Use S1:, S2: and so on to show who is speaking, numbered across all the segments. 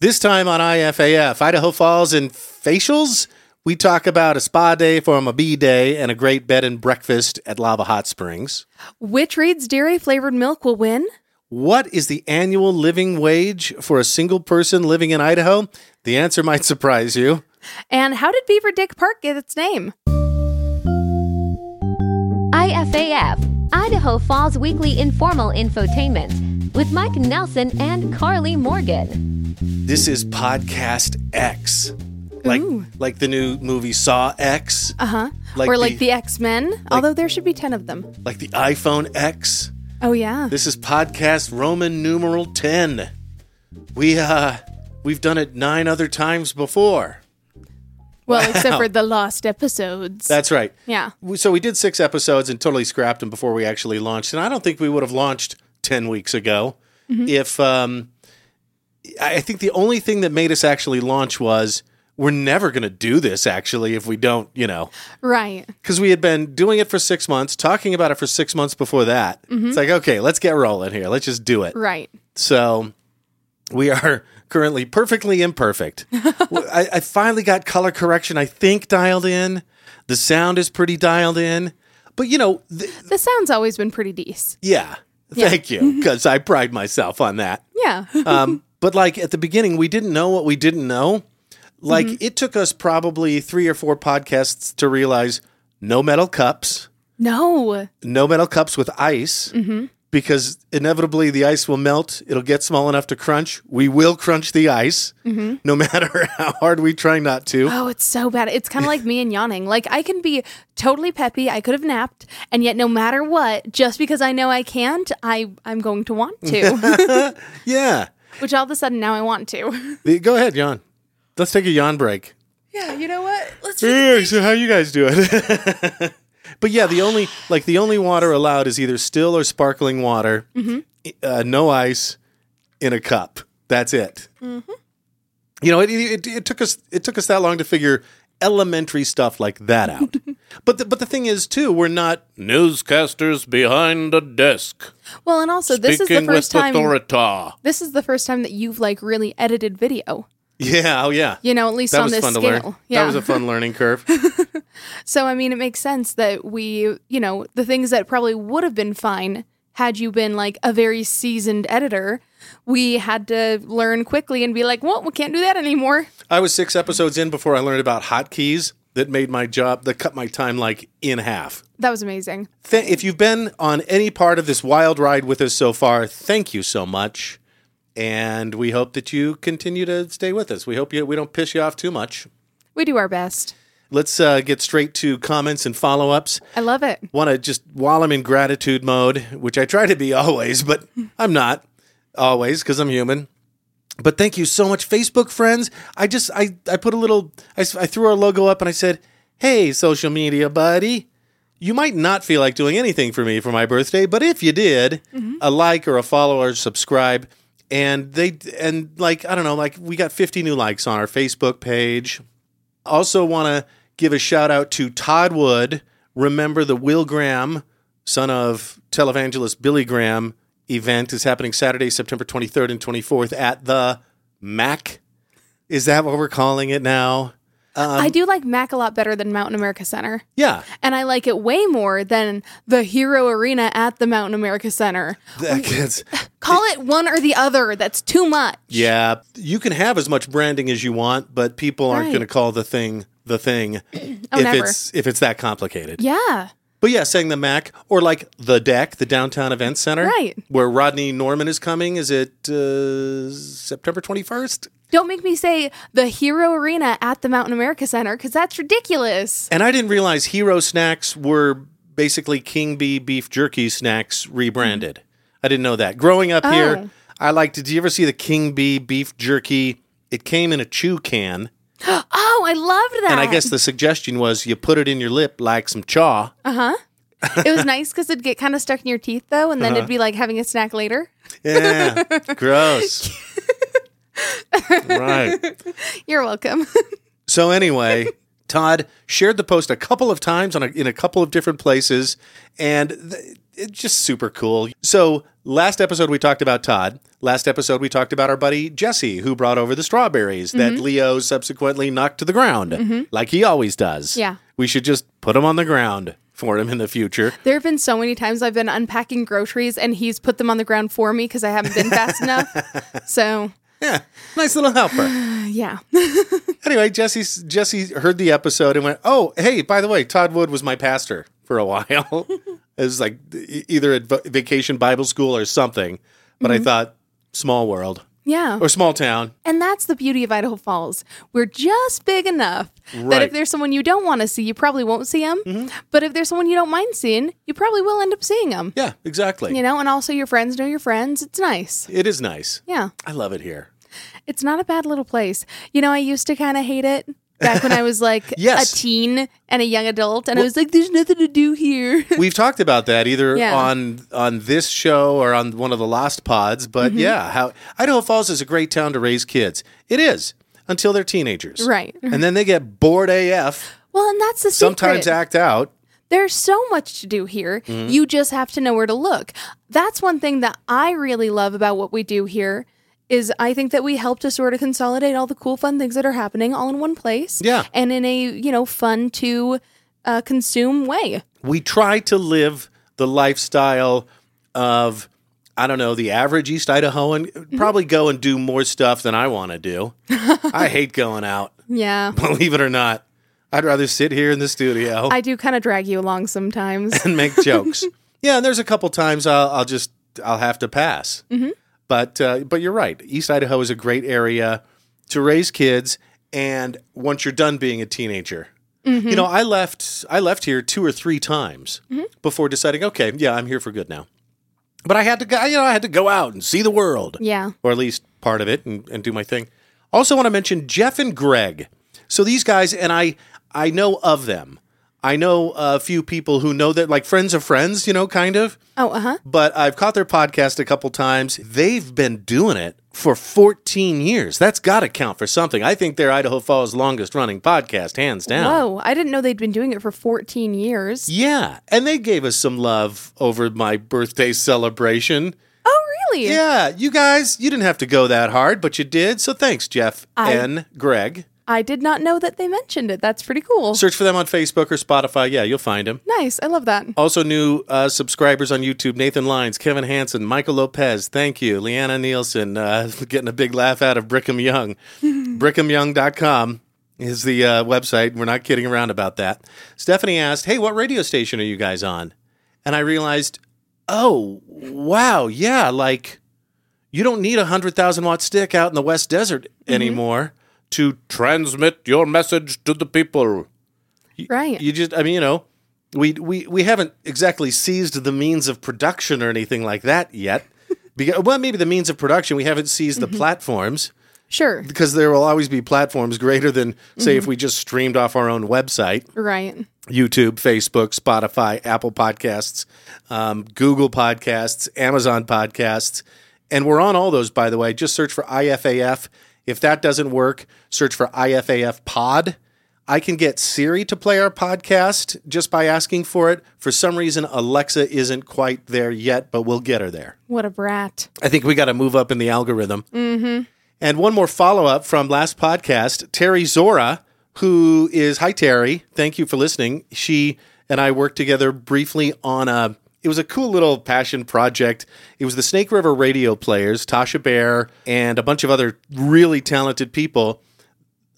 S1: This time on IFAF, Idaho Falls and Facials, we talk about a spa day from a bee day and a great bed and breakfast at Lava Hot Springs.
S2: Which Reed's Dairy flavored milk will win?
S1: What is the annual living wage for a single person living in Idaho? The answer might surprise you.
S2: And how did Beaver Dick Park get its name?
S3: IFAF, Idaho Falls Weekly Informal Infotainment, with Mike Nelson and Carly Morgan.
S1: This is Podcast X. Like like the new movie Saw X.
S2: Uh huh.
S1: Like
S2: or like
S1: the-
S2: the, X Men, although there should be 10 of them.
S1: Like the iPhone X.
S2: Oh, yeah.
S1: This is podcast Roman numeral 10. We uh we've done it 9 other times before.
S2: Well, except for the lost episodes.
S1: That's right.
S2: yeah.
S1: We- So we did 6 episodes and totally scrapped them before we actually launched. And I don't think we would have launched 10 weeks ago if um I I think the only thing that made us actually launch was we're never going to do this actually if we don't, you know.
S2: Right.
S1: because we had been doing it for six months, talking about it for six months before that. It's like, okay, let's get rolling here. Let's just do it.
S2: Right.
S1: So we are currently perfectly imperfect. Well, I, I finally got color correction, I think, dialed in. The sound is pretty dialed in. But, you know, th-
S2: The sound's always been pretty decent.
S1: yeah, thank you, because I pride myself on that.
S2: Yeah.
S1: Um, but, like, at the beginning, we didn't know what we didn't know. Like, it took us probably three or four podcasts to realize no metal cups.
S2: no.
S1: no metal cups with ice because inevitably the ice will melt. It'll get small enough to crunch. We will crunch the ice no matter how hard we try not to.
S2: Oh, it's so bad. It's kind of like me and yawning. Like, I can be totally peppy. I could have napped. And yet, no matter what, just because I know I can't, I, I'm going to want to,
S1: Yeah.
S2: which all of a sudden now I want to.
S1: The- Go ahead, yawn. Let's take a yawn break.
S2: Yeah. You know what? Let's.
S1: Yeah, so how you guys doing? but yeah, the only like the only water allowed is either still or sparkling water.
S2: Mm-hmm.
S1: Uh, no ice in a cup. That's it.
S2: Mm-hmm.
S1: You know, it, it, it took us it took us that long to figure elementary stuff like that out. but the, but the thing is too, we're not
S4: Newscasters behind the desk.
S2: Well, and also, this is the
S4: speaking
S2: first
S4: with
S2: time.
S4: authority.
S2: this is the first time that you've like really edited video.
S1: yeah oh yeah
S2: You know, at least
S1: that
S2: on
S1: was
S2: this
S1: fun to
S2: scale.
S1: learn.
S2: Yeah.
S1: That was a fun learning curve.
S2: so I mean, it makes sense that we, you know, the things that probably would have been fine had you been like a very seasoned editor, we had to learn quickly and be like, "Well, we can't do that anymore."
S1: I was six episodes in before I learned about hotkeys that made my job that cut my time like in half.
S2: That was amazing.
S1: Th- if you've been on any part of this wild ride with us so far, thank you so much. And we hope that you continue to stay with us. We hope you, we don't piss you off too much.
S2: We do our best.
S1: Let's uh, get straight to comments and follow ups.
S2: I love it.
S1: Want to just, while I'm in gratitude mode, which I try to be always, but I'm not always because I'm human. But thank you so much, Facebook friends. I just, I, I put a little, I, s- I threw our logo up and I said, hey, social media buddy you might not feel like doing anything for me for my birthday, but if you did, a like or a follow or subscribe, and they and like I don't know, like we got 50 new likes on our Facebook page. Also, want to give a shout out to Todd Wood. Remember the Will Graham, son of televangelist Billy Graham, event is happening Saturday, September 23rd and 24th at the Mac. Is that what we're calling it now? Um,
S2: I do like Mac a lot better than Mountain America Center.
S1: Yeah.
S2: And I like it way more than the Hero Arena at the Mountain America Center.
S1: That gets
S2: Call it one or the other. That's too much.
S1: Yeah, you can have as much branding as you want, but people aren't
S2: Right. Oh,
S1: going to call the thing the thing if
S2: never.
S1: it's if it's that complicated.
S2: Yeah.
S1: But yeah, saying the Mac or like the Deck, the downtown event center,
S2: Right.
S1: Where Rodney Norman is coming. Is it uh, September twenty first?
S2: Don't make me say the Hero Arena at the Mountain America Center because that's ridiculous.
S1: And I didn't realize Hero Snacks were basically King Bee beef jerky snacks rebranded. I didn't know that. Growing up here, I liked. Did you ever see the King Bee beef jerky? It came in a chew can.
S2: Oh, I loved that.
S1: And I guess the suggestion was you put it in your lip like some chaw.
S2: it was nice because it'd get kind of stuck in your teeth though, and then
S1: Uh-huh.
S2: it'd be like having a snack later.
S1: Yeah. Gross. right.
S2: You're welcome.
S1: So anyway, Todd shared the post a couple of times on a, in a couple of different places and th- it's just super cool. So, last episode we talked about Todd. Last episode we talked about our buddy Jesse, who brought over the strawberries that Leo subsequently knocked to the ground, like he always does.
S2: Yeah.
S1: We should just put him on the ground for him in the future.
S2: There have been so many times I've been unpacking groceries and he's put them on the ground for me because I haven't been fast enough. So,
S1: Yeah. Nice little helper.
S2: yeah.
S1: Anyway, Jesse Jesse heard the episode and went, "Oh, hey, by the way, Todd Wood was my pastor for a while. it was like e- either at va- vacation Bible school or something." But
S2: Mm-hmm.
S1: I thought, small world
S2: yeah.
S1: or small town.
S2: And that's the beauty of Idaho Falls. We're just big enough that
S1: Right. Mm-hmm.
S2: if there's someone you don't want to see, you probably won't see them. But if there's someone you don't mind seeing, you probably will end up seeing them.
S1: Yeah, exactly.
S2: You know, and also your friends know your friends. It's nice.
S1: It is nice.
S2: Yeah.
S1: I love it here.
S2: It's not a bad little place. You know, I used to kind of hate it back when I was like
S1: Yes.
S2: a teen and a young adult, and I was like, there's nothing to do here.
S1: We've talked about that either
S2: Yeah.
S1: on on this show or on one of the Lost Pods,
S2: Mm-hmm.
S1: but yeah, how Idaho Falls is a great town to raise kids. It is until they're teenagers,
S2: Right.
S1: And then they get bored AF.
S2: well, and that's the secret.
S1: Sometimes Mm-hmm. act out.
S2: There's so much to do here. You just have to know where to look. That's one thing that I really love about what we do here is I think that we help to sort of consolidate all the cool fun things that are happening all in one place.
S1: Yeah.
S2: And in a, you know, fun to uh, consume way.
S1: we try to live the lifestyle of I don't know the average East Idahoan. Probably go and do more stuff than I want to do. I hate going out,
S2: Yeah.
S1: believe it or not. I'd rather sit here in the studio
S2: I do kind of drag you along sometimes.
S1: and make jokes. yeah, and there's a couple times I'll, I'll just I'll have to pass. But uh, but you're right. East Idaho is a great area to raise kids, and once you're done being a teenager, you know I left I left here two or three times before deciding okay yeah I'm here for good now. But I had to go you know I had to go out and see the world
S2: yeah.
S1: or at least part of it, and, and do my thing. Also, want to mention Jeff and Greg. So these guys, and I, I know of them. I know a few people who know that, like friends of friends, you know, kind of.
S2: Oh, uh huh.
S1: But I've caught their podcast a couple times. They've been doing it for 14 years. That's got to count for something. I think they're Idaho Falls' longest running podcast, hands down.
S2: Whoa. I didn't know they'd been doing it for 14 years.
S1: Yeah. And they gave us some love over my birthday celebration.
S2: Oh, really?
S1: Yeah, you guys, you didn't have to go that hard, but you did. So thanks, Jeff
S2: I-
S1: and Greg.
S2: I did not know that they mentioned it. That's pretty cool.
S1: Search for them on Facebook or Spotify. Yeah, you'll find them.
S2: nice. I love that.
S1: Also, new uh, subscribers on YouTube Nathan Lyons, Kevin Hansen, Michael Lopez. Thank you. Leanna Nielsen, uh, getting a big laugh out of Brigham Young. BrighamYoung.com is the uh, website. We're not kidding around about that. Stephanie asked, Hey, what radio station are you guys on? And I realized, Oh, wow. Yeah, like you don't need a 100,000 watt stick out in the West Desert anymore to
S4: Transmit your message to the people.
S2: Right.
S1: you just i mean you know we we we haven't exactly seized the means of production or anything like that yet because, well maybe the means of production we haven't seized the platforms
S2: sure.
S1: because there will always be platforms greater than say if we just streamed off our own website
S2: Right.
S1: youtube facebook spotify apple podcasts um, google podcasts amazon podcasts and we're on all those by the way just search for ifaf if that doesn't work search for ifaf pod I can get Siri to play our podcast just by asking for it. For some reason, Alexa isn't quite there yet, but we'll get her there.
S2: What a brat.
S1: I think we got to move up in the algorithm. Mm-hmm. And one more follow up from last podcast Terry Zora, who is, hi, Terry. Thank you for listening. She and I worked together briefly on a, it was a cool little passion project. It was the Snake River radio players, Tasha Bear, and a bunch of other really talented people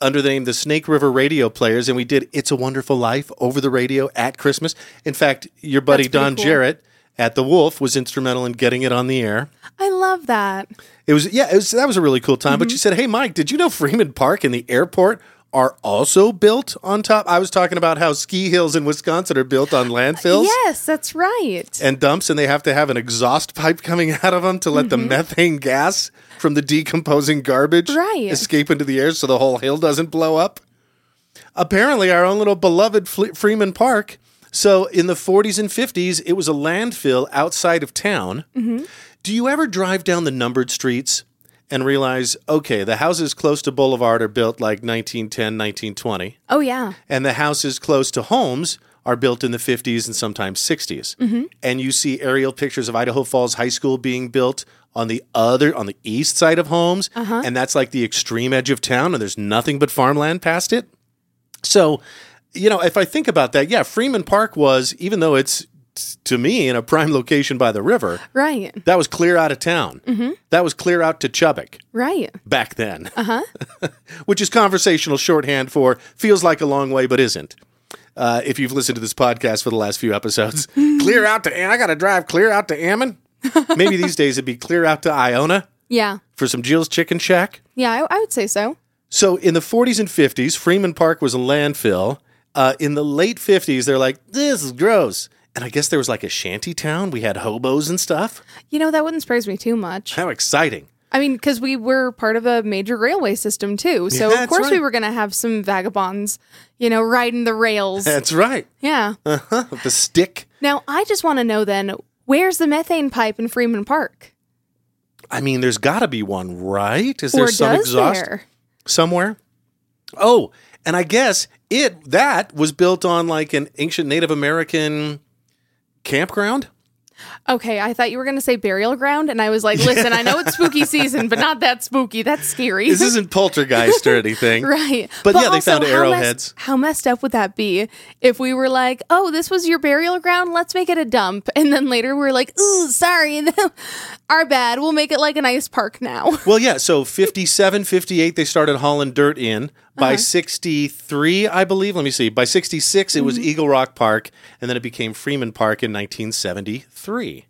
S1: under the name the Snake River Radio Players, and we did "It's a Wonderful Life" over the radio at Christmas. In fact, your buddy
S2: That's pretty
S1: Don
S2: cool.
S1: Jarrett at the Wolf was instrumental in getting it on the air.
S2: I love that.
S1: It was yeah, it was that was a really cool time. But you said, "Hey, Mike, did you know Freeman Park and the airport are also built on top?" I was talking about how ski hills in Wisconsin are built on landfills.
S2: Yes, that's right.
S1: And dumps, and they have to have an exhaust pipe coming out of them to let
S2: Mm-hmm.
S1: the methane gas from the decomposing garbage
S2: Right.
S1: escape into the air so the whole hill doesn't blow up. Apparently, our own little beloved Fle- Freeman Park. So, in the 40s and 50s, it was a landfill outside of town.
S2: Mm-hmm.
S1: Do you ever drive down the numbered streets and realize, okay, the houses close to Boulevard are built like 1910, 1920,
S2: oh yeah.
S1: and the houses close to homes are built in the 50s and sometimes 60s. And you see aerial pictures of Idaho Falls High School being built on the other on the east side of homes, and that's like the extreme edge of town and there's nothing but farmland past it. So, you know, if I think about that, yeah, Freeman Park was even though it's t- to me in a prime location by the river,
S2: Right.
S1: that was clear out of town. That was clear out to Chubbuck
S2: Right.
S1: back then. Uh-huh. Which is conversational shorthand for feels like a long way but isn't. Uh, if you've listened to this podcast for the last few episodes, clear out to Am- I got to drive clear out to Ammon. Maybe these days it'd be clear out to Iona
S2: Yeah.
S1: for some Jill's Chicken Shack.
S2: Yeah, I, I would say so.
S1: So in the 40s and 50s, Freeman Park was a landfill. Uh, in the late 50s, they're like, this is gross. And I guess there was like a shanty town. We had hobos and stuff.
S2: You know, that wouldn't surprise me too much.
S1: How exciting.
S2: I mean, because we were part of a major railway system too. So,
S1: Yeah, that's
S2: of course, we
S1: right.
S2: were going to have some vagabonds, you know, riding the rails.
S1: That's right.
S2: yeah.
S1: Uh-huh. The stick.
S2: Now, I just want to know then, where's the methane pipe in Freeman Park?
S1: I mean, there's got to be one, right? Is there some exhaust
S2: there?
S1: somewhere? Oh, and I guess it that was built on like an ancient Native American campground.
S2: Okay, I thought you were going to say burial ground. And I was like, listen, I know it's spooky season, but not that spooky. That's scary.
S1: This isn't poltergeist or anything.
S2: Right.
S1: But yeah, they found
S2: how mess-
S1: arrowheads.
S2: How, messed up would that be if we were like, oh, this was your burial ground, let's make it a dump. And then later we're like, ooh, sorry, our bad, we'll make it like an ice park now.
S1: Well, yeah, so 57, 58 they started hauling dirt in. By 63, I believe, let me see. By 66 it was Eagle Rock Park and then it became Freeman Park in 1973.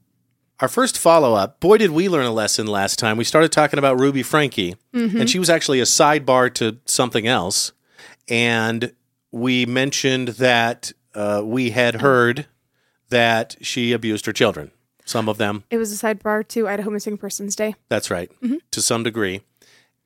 S1: Our first follow up, boy, did we learn a lesson last time. We started talking about Ruby Frankie, and she was actually a sidebar to something else. And we mentioned that uh, we had heard that she abused her children, some of them.
S2: It was a sidebar to Idaho Missing Persons Day.
S1: That's right, to some degree.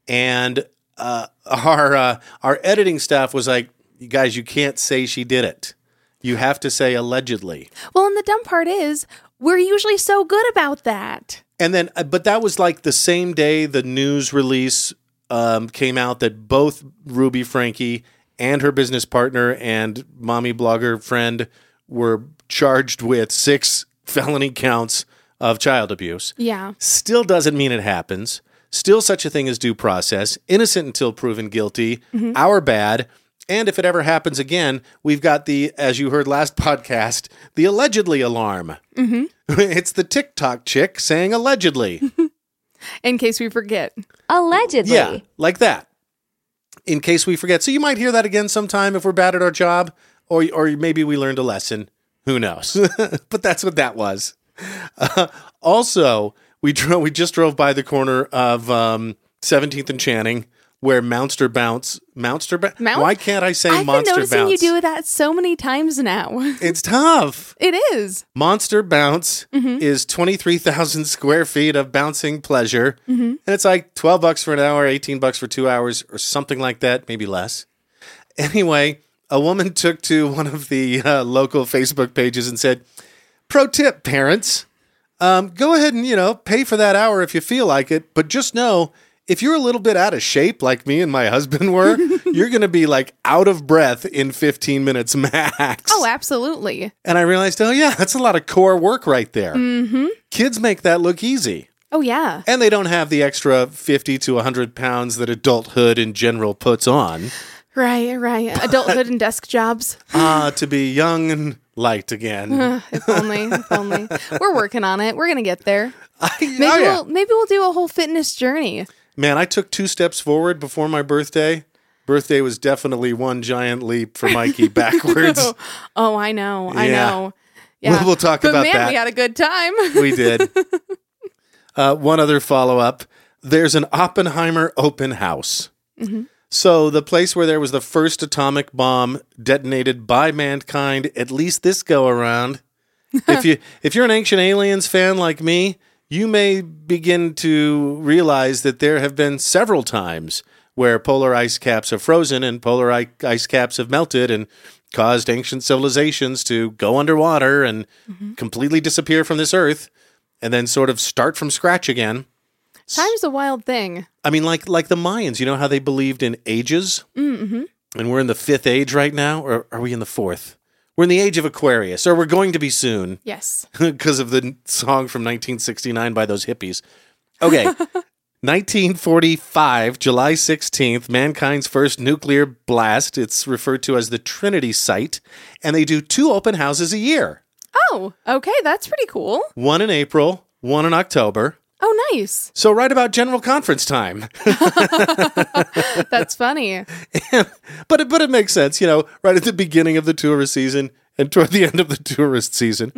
S1: And uh, our uh, our editing staff was like, "You guys, you can't say she did it. You have to say allegedly."
S2: Well, and the dumb part is, we're usually so good about that.
S1: And then, uh, but that was like the same day the news release um, came out that both Ruby Frankie and her business partner and mommy blogger friend were charged with six felony counts of child abuse.
S2: Yeah.
S1: still doesn't mean it happens. Still, such a thing as due process, innocent until proven guilty, our bad. And if it ever happens again, we've got the, as you heard last podcast, the allegedly alarm. it's the TikTok chick saying allegedly.
S2: In case we forget.
S3: Allegedly.
S1: yeah, like that. In case we forget. So you might hear that again sometime if we're bad at our job, or, or maybe we learned a lesson. Who knows? but that's what that was. Uh, Also, we drove. We just drove by the corner of um, 17th and Channing, where Mounster Bounce, Mounster Bounce.
S2: Mount-
S1: Why can't I say
S2: I've
S1: Monster
S2: been noticing
S1: Bounce?
S2: you do that so many times now.
S1: it's tough.
S2: It is.
S1: Monster Bounce is 23,000 square feet of bouncing pleasure. And it's like 12 bucks for an hour, 18 bucks for two hours, or something like that, maybe less. Anyway, a woman took to one of the uh, local Facebook pages and said, Pro tip, parents, um, go ahead and, you know, pay for that hour if you feel like it. But just know if you're a little bit out of shape, like me and my husband were, you're going to be like out of breath in 15 minutes max.
S2: Oh, absolutely.
S1: And I realized, oh, yeah, that's a lot of core work right there. Mm-hmm. Kids make that look easy.
S2: Oh, yeah.
S1: And they don't have the extra 50 to 100 pounds that adulthood in general puts on
S2: Right, right. Adulthood and desk jobs.
S1: uh, to be young and light again.
S2: if only, if only. We're working on it. We're gonna get there.
S1: I-
S2: Maybe
S1: oh, yeah.
S2: we'll maybe we'll do a whole fitness journey.
S1: Man, I took two steps forward before my birthday. Birthday was definitely one giant leap for Mikey backwards.
S2: Oh, I know, I
S1: Yeah.
S2: know.
S1: We'll- we'll talk
S2: but
S1: about
S2: man,
S1: that.
S2: We had a good time.
S1: we did. Uh, one other follow up there's an Oppenheimer open house. So, the place where there was the first atomic bomb detonated by mankind, at least this go around. if you if you're an ancient aliens fan like me, you may begin to realize that there have been several times where polar ice caps have frozen and polar i- ice caps have melted and caused ancient civilizations to go underwater and completely disappear from this earth and then sort of start from scratch again.
S2: Time's a wild thing.
S1: I mean, like like the Mayans, you know how they believed in ages, mm-hmm. and we're in the fifth age right now, or are we in the fourth? We're in the age of Aquarius, or we're going to be soon
S2: Yes.
S1: because of the n- song from 1969 by those hippies. Okay. 1945, July 16th, mankind's first nuclear blast. It's referred to as the Trinity Site, and they do two open houses a year
S2: Oh, okay. That's pretty cool.
S1: one in April, one in October.
S2: Oh, nice.
S1: So, right about general conference time.
S2: That's funny.
S1: but it, but it makes sense, you know, right at the beginning of the tourist season and toward the end of the tourist season.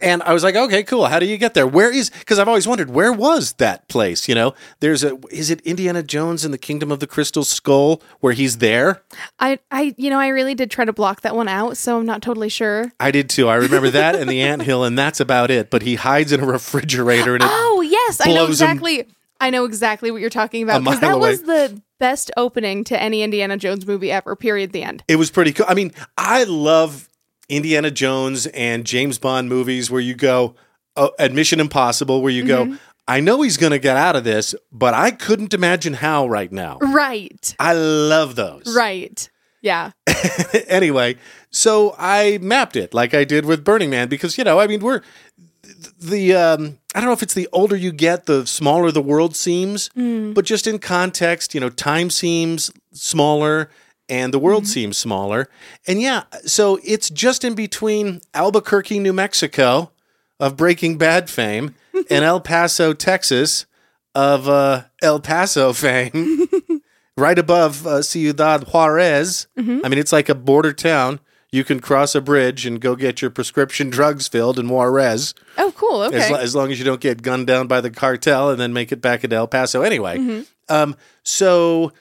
S1: And I was like, okay, cool. How do you get there? Where is? Because I've always wondered where was that place. You know, there's a. Is it Indiana Jones in the Kingdom of the Crystal Skull where he's there?
S2: I, I, you know, I really did try to block that one out, so I'm not totally sure.
S1: I did too. I remember that and the ant hill, and that's about it. But he hides in a refrigerator, and it,
S2: Oh yes, I know
S1: blows 'em
S2: exactly. I know exactly what you're talking about
S1: A
S2: because
S1: mile
S2: that
S1: away.
S2: was the best opening to any Indiana Jones movie ever. Period. The end.
S1: it was pretty cool. I mean, I love Indiana Jones and James Bond movies where you go, uh, Admission Impossible, where you go, I know he's going to get out of this, but I couldn't imagine how right now.
S2: Right.
S1: I love those.
S2: Right. Yeah.
S1: anyway, so I mapped it like I did with Burning Man because, you know, I mean, we're the um I don't know if it's the older you get, the smaller the world seems, but just in context, you know, time seems smaller and the world seems smaller. And yeah, so it's just in between Albuquerque, New Mexico of Breaking Bad fame and El Paso, Texas of uh El Paso fame. right above uh, Ciudad Juarez. I mean, it's like a border town. You can cross a bridge and go get your prescription drugs filled in Juarez.
S2: Oh, cool. Okay.
S1: As, lo- as long as you don't get gunned down by the cartel and then make it back into El Paso anyway. Um, so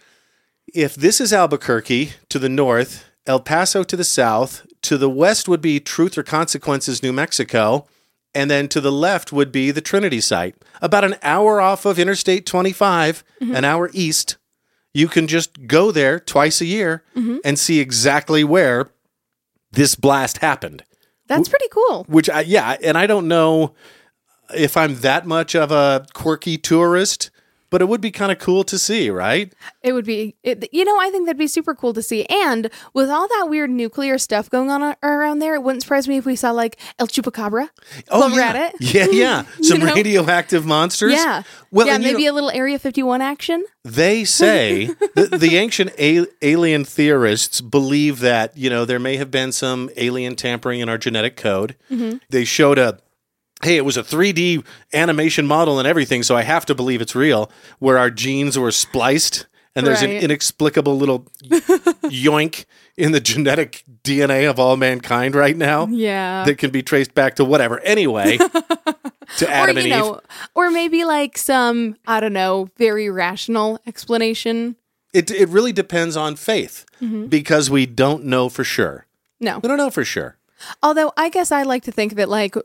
S1: if this is Albuquerque to the north, El Paso to the south, to the west would be Truth or Consequences, New Mexico. And then to the left would be the Trinity site. About an hour off of Interstate 25, an hour east. You can just go there twice a year and see exactly where this blast happened
S2: That's pretty cool.
S1: which I yeah, and I don't know if I'm that much of a quirky tourist, but it would be kind of cool to see, right?
S2: It would be, it, you know, I think that'd be super cool to see. And with all that weird nuclear stuff going on a- around there, it wouldn't surprise me if we saw like El Chupacabra. Over
S1: Oh, yeah.
S2: at it.
S1: yeah, yeah, some
S2: know?
S1: radioactive monsters.
S2: Yeah.
S1: well,
S2: yeah,
S1: and you
S2: maybe
S1: know,
S2: a little Area 51 action.
S1: they say the, the ancient a- alien theorists believe that you know there may have been some alien tampering in our genetic code.
S2: Mm-hmm.
S1: They showed a hey, it was a 3D animation model and everything, so I have to believe it's real, where our genes were spliced and there's an
S2: Right.
S1: inexplicable little yoink in the genetic DNA of all mankind right now
S2: Yeah.
S1: that can be traced back to whatever. Anyway, to Adam and
S2: or, you
S1: Eve.
S2: know, or maybe like some, I don't know, very rational explanation.
S1: It, it really depends on faith because we don't know for sure.
S2: No.
S1: We don't know for sure.
S2: Although I guess I like to think of it like,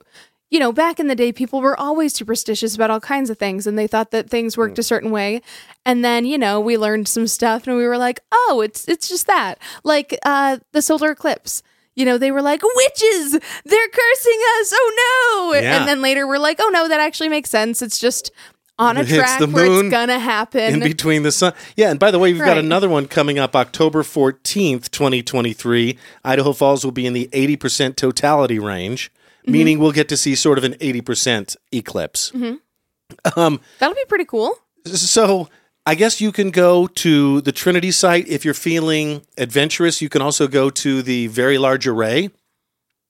S2: you know, back in the day, people were always superstitious about all kinds of things and they thought that things worked a certain way. And then, you know, we learned some stuff and we were like, oh, it's it's just that. Like uh, the solar eclipse. You know, they were like, witches, they're cursing us. Oh no.
S1: Yeah.
S2: And then later we're like, oh no, that actually makes sense. It's just on a
S1: It's
S2: track
S1: the
S2: where
S1: moon
S2: it's gonna
S1: in
S2: happen.
S1: between the sun. Yeah, and by the way, we've got
S2: Right.
S1: another one coming up October 14th, 2023. Idaho Falls will be in the 80% totality range, meaning we'll get to see sort of an 80% eclipse.
S2: That'll be pretty cool.
S1: So I guess you can go to the Trinity site if you're feeling adventurous. You can also go to the Very Large Array,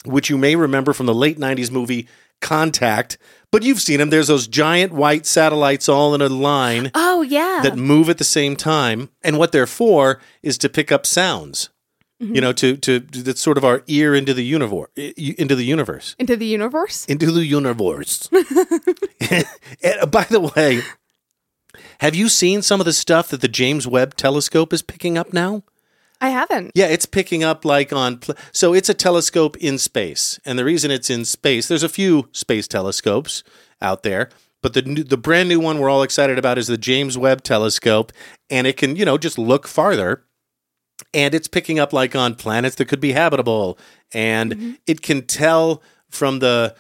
S1: which you may remember from the late 90s movie Contact. But you've seen them. There's those giant white satellites all in a line
S2: Oh yeah.
S1: that move at the same time and what they're for is to pick up sounds you know to to that's sort of our ear into the universe into the universe
S2: Into the universe.
S1: into the universe And uh, by the way have you seen some of the stuff that the James Webb telescope is picking up now
S2: I haven't.
S1: yeah, it's picking up like on. Pl- so it's a telescope in space, and the reason it's in space, there's a few space telescopes out there, but the new, the brand new one we're all excited about is the James Webb Telescope, and it can you know just look farther, and it's picking up like on planets that could be habitable, and it can tell from the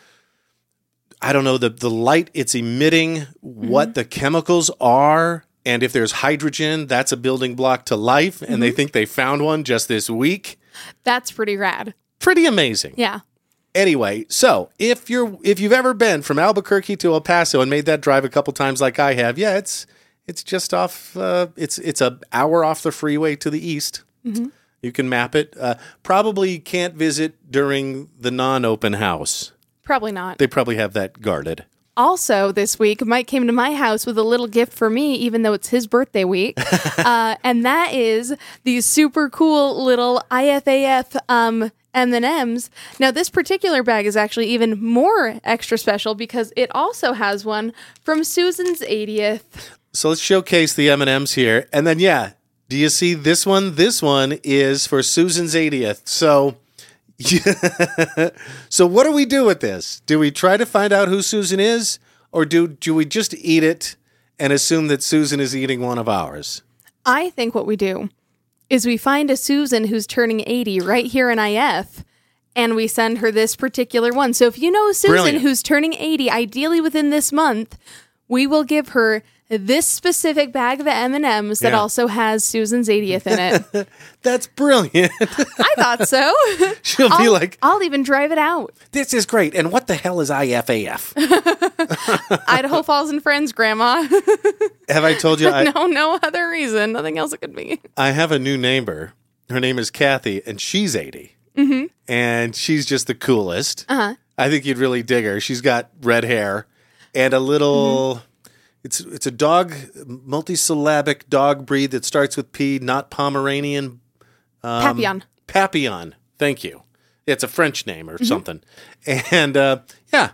S1: I don't know the the light it's emitting, what the chemicals are, and if there's hydrogen, that's a building block to life. And they think they found one just this week.
S2: That's pretty rad.
S1: Pretty amazing.
S2: Yeah.
S1: Anyway, so if you're if you've ever been from Albuquerque to El Paso and made that drive a couple times like I have, yeah, it's it's just off. Uh, it's it's a hour off the freeway to the east. You can map it. Uh, probably can't visit during the non-open house.
S2: Probably not.
S1: They probably have that guarded.
S2: Also, this week, Mike came to my house with a little gift for me, even though it's his birthday week. uh, and that is these super cool little IFAF um, M&Ms. Now, this particular bag is actually even more extra special because it also has one from Susan's 80th.
S1: So let's showcase the M and M's here, and then yeah, do you see this one? This one is for Susan's 80th. So, so what do we do with this? Do we try to find out who Susan is, or do do we just eat it and assume that Susan is eating one of ours?
S2: I think what we do is we find a Susan who's turning 80 right here in IF and we send her this particular one. So if you know a Susan
S1: Brilliant.
S2: who's turning 80 ideally within this month, we will give her this specific bag of M&Ms that
S1: Yeah.
S2: also has Susan's 80th in it.
S1: That's brilliant.
S2: I thought so.
S1: She'll be
S2: I'll,
S1: like,
S2: I'll even drive it out.
S1: "This is great." And what the hell is IFAF?
S2: Idaho Falls and Friends, Grandma.
S1: Have I told you I,
S2: no, no other reason. Nothing else it could be.
S1: I have a new neighbor. Her name is Kathy, and she's 80. Mm-hmm. And she's just the coolest. Uh-huh. I think you'd really dig her. She's got red hair and a little. It's it's a dog, multisyllabic dog breed that starts with P, not Pomeranian. Um,
S2: Papillon.
S1: Papillon. Thank you. It's a French name or something. And uh, yeah.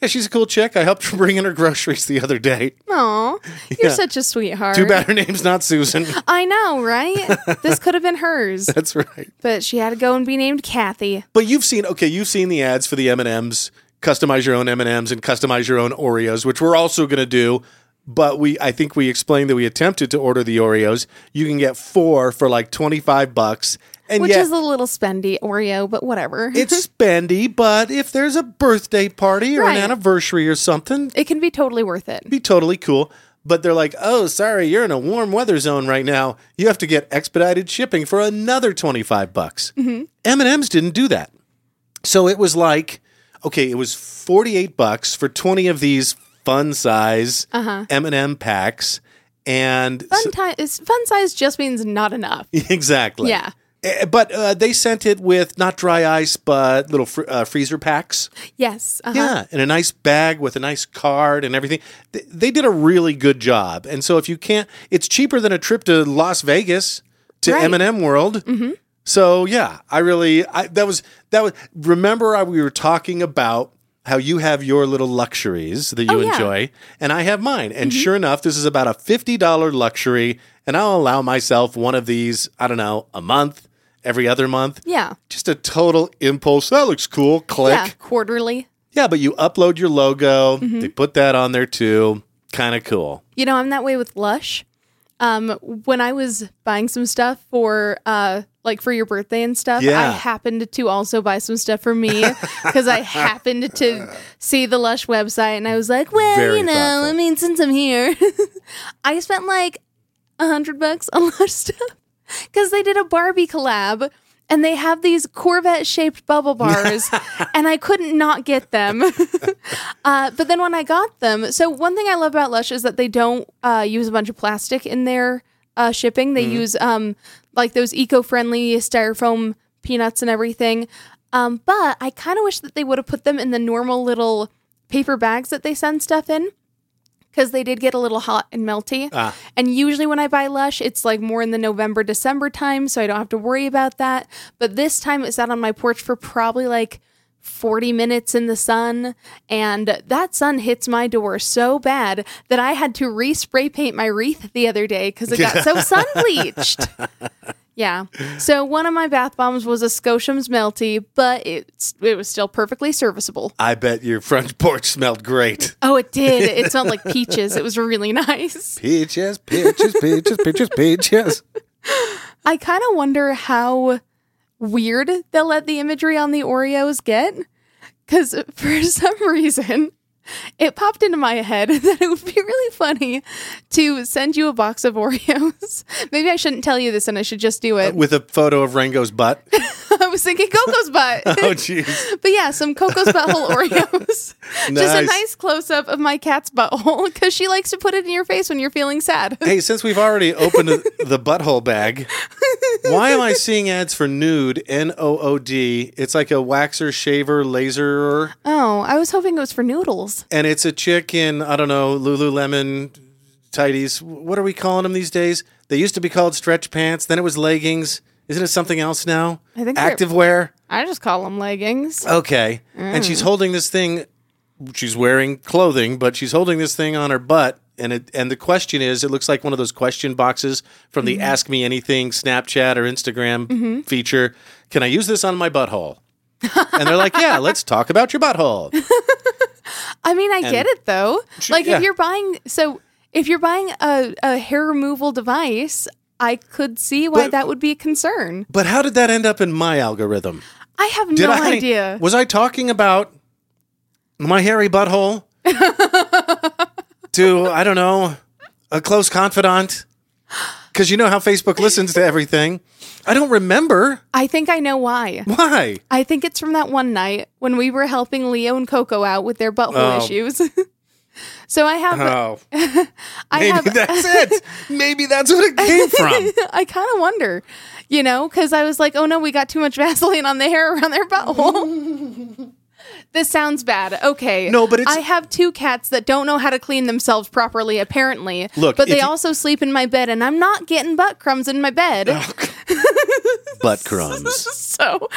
S1: Yeah, she's a cool chick. I helped her bring in her groceries the other day.
S2: Aw, you're
S1: Yeah.
S2: such a sweetheart.
S1: Too bad her name's not Susan.
S2: I know, right? this could have been hers.
S1: That's right.
S2: but she had to go and be named Kathy.
S1: But you've seen okay, you've seen the ads for the M and M's. Customize your own M and M's and customize your own Oreos, which we're also going to do. But we, I think we explained that we attempted to order the Oreos. You can get four for like twenty five bucks, and
S2: Which
S1: yeah,
S2: is a little spendy Oreo, but whatever.
S1: it's spendy. But if there's a birthday party or
S2: Right.
S1: an anniversary or something, it'd
S2: it can be totally worth it.
S1: be totally cool. But they're like, oh, sorry, you're in a warm weather zone right now. You have to get expedited shipping for another twenty five bucks.
S2: Mm-hmm.
S1: M and M's didn't do that. So it was like, okay, it was forty eight bucks for twenty of these fun size M and M packs, and
S2: Uh-huh. Fun time is fun size just means not enough.
S1: so- exactly,
S2: Yeah.
S1: Eh, But uh, they sent it with not dry ice, but little fr- uh, freezer packs.
S2: Yes. Uh-huh.
S1: Yeah, in a nice bag with a nice card and everything. Th- They did a really good job. And so if you can't, it's cheaper than a trip to Las Vegas to
S2: Right. Mm-hmm.
S1: M&M World. So yeah, I really I, that was that was. Remember, I, we were talking about how you have your little luxuries that you
S2: Oh, yeah. Mm-hmm.
S1: enjoy, and I have mine. And sure enough, this is about a fifty dollar luxury, and I'll allow myself one of these. I don't know, a month, every other month.
S2: Yeah.
S1: Just a total impulse. That looks cool. Click.
S2: Yeah. Quarterly.
S1: Yeah, but you upload your logo. They put that on there too. Kind of cool.
S2: You know, I'm that way with Lush. Um, when I was buying some stuff for uh like for your birthday and stuff, I
S1: Yeah.
S2: happened to also buy some stuff for me because I happened to see the Lush website and I was like, well,
S1: Very
S2: you know,
S1: thoughtful.
S2: I mean, since I'm here, I spent like a hundred bucks on Lush stuff because they did a Barbie collab and they have these Corvette shaped bubble bars and I couldn't not get them. uh, but then when I got them, so one thing I love about Lush is that they don't uh, use a bunch of plastic in their uh, shipping. They use um, like those eco friendly styrofoam peanuts and everything. Um, but I kind of wish that they would have put them in the normal little paper bags that they send stuff in because they did get a little hot and melty.
S1: Ah.
S2: And usually when I buy Lush, it's like more in the November, December time, so I don't have to worry about that. But this time it sat on my porch for probably like 40 minutes in the sun, and that sun hits my door so bad that I had to re spray paint my wreath the other day because it got so sun bleached. Yeah. So one of my bath bombs was a Scotiam's Melty, but it, it was still perfectly serviceable.
S1: I bet your front porch smelled great.
S2: Oh, it did. It smelled like peaches. It was really nice.
S1: Peaches, peaches, peaches, peaches, peaches.
S2: I kind of wonder how weird they'll let the imagery on the Oreos get. Because for some reason, it popped into my head that it would be really funny to send you a box
S1: Oh.
S2: of Oreos. Maybe I shouldn't tell you this and I should just do it.
S1: With a photo of Rango's butt.
S2: was thinking Coco's butt.
S1: Oh, jeez.
S2: But yeah, some Coco's butthole Oreos. Just a
S1: Nice.
S2: nice close up of my cat's butthole because she likes to put it in your face when you're feeling sad.
S1: Hey, since we've already opened the butthole bag, why am I seeing ads for nude? N O O D. It's like a waxer, shaver, laser,
S2: Oh, I was hoping it was for noodles.
S1: and it's a chick in I don't know Lululemon tighties. What are we calling them these days? They used to be called stretch pants. Then it was leggings. Isn't it something else now?
S2: I think they're-
S1: active wear.
S2: I just call them leggings.
S1: Okay. And
S2: Mm.
S1: she's holding this thing. She's wearing clothing, but she's holding this thing on her butt. And it, and the question is, it looks like one of those question boxes from
S2: Mm-hmm.
S1: the Ask Me Anything Snapchat or Instagram feature. Can I use this on my butthole? and they're like, yeah, let's talk about your butthole.
S2: I mean, I get it though. Like
S1: yeah.
S2: if you're buying, so if you're buying a, a hair removal device, I could see why
S1: But-
S2: that would be a concern.
S1: But how did that end up in my algorithm?
S2: I have
S1: Did
S2: no
S1: I,
S2: idea.
S1: Was I talking about my hairy butthole to I don't know a close confidant? Because you know how Facebook listens to everything. I don't remember
S2: I think I know why.
S1: why.
S2: I think it's from that one night when we were helping Leo and Coco out with their
S1: Oh.
S2: butthole issues. so I have,
S1: Oh,
S2: I
S1: maybe
S2: have,
S1: that's it. Maybe that's what it came from.
S2: I kind of wonder, you know, because I was like, oh no, we got too much Vaseline on the hair around their butthole. this sounds bad. Okay.
S1: No, but it's-
S2: I have two cats that don't know how to clean themselves properly, apparently.
S1: Look,
S2: but
S1: if
S2: they
S1: you-
S2: also sleep in my bed, and I'm not getting butt crumbs in my bed.
S1: Butt crumbs.
S2: so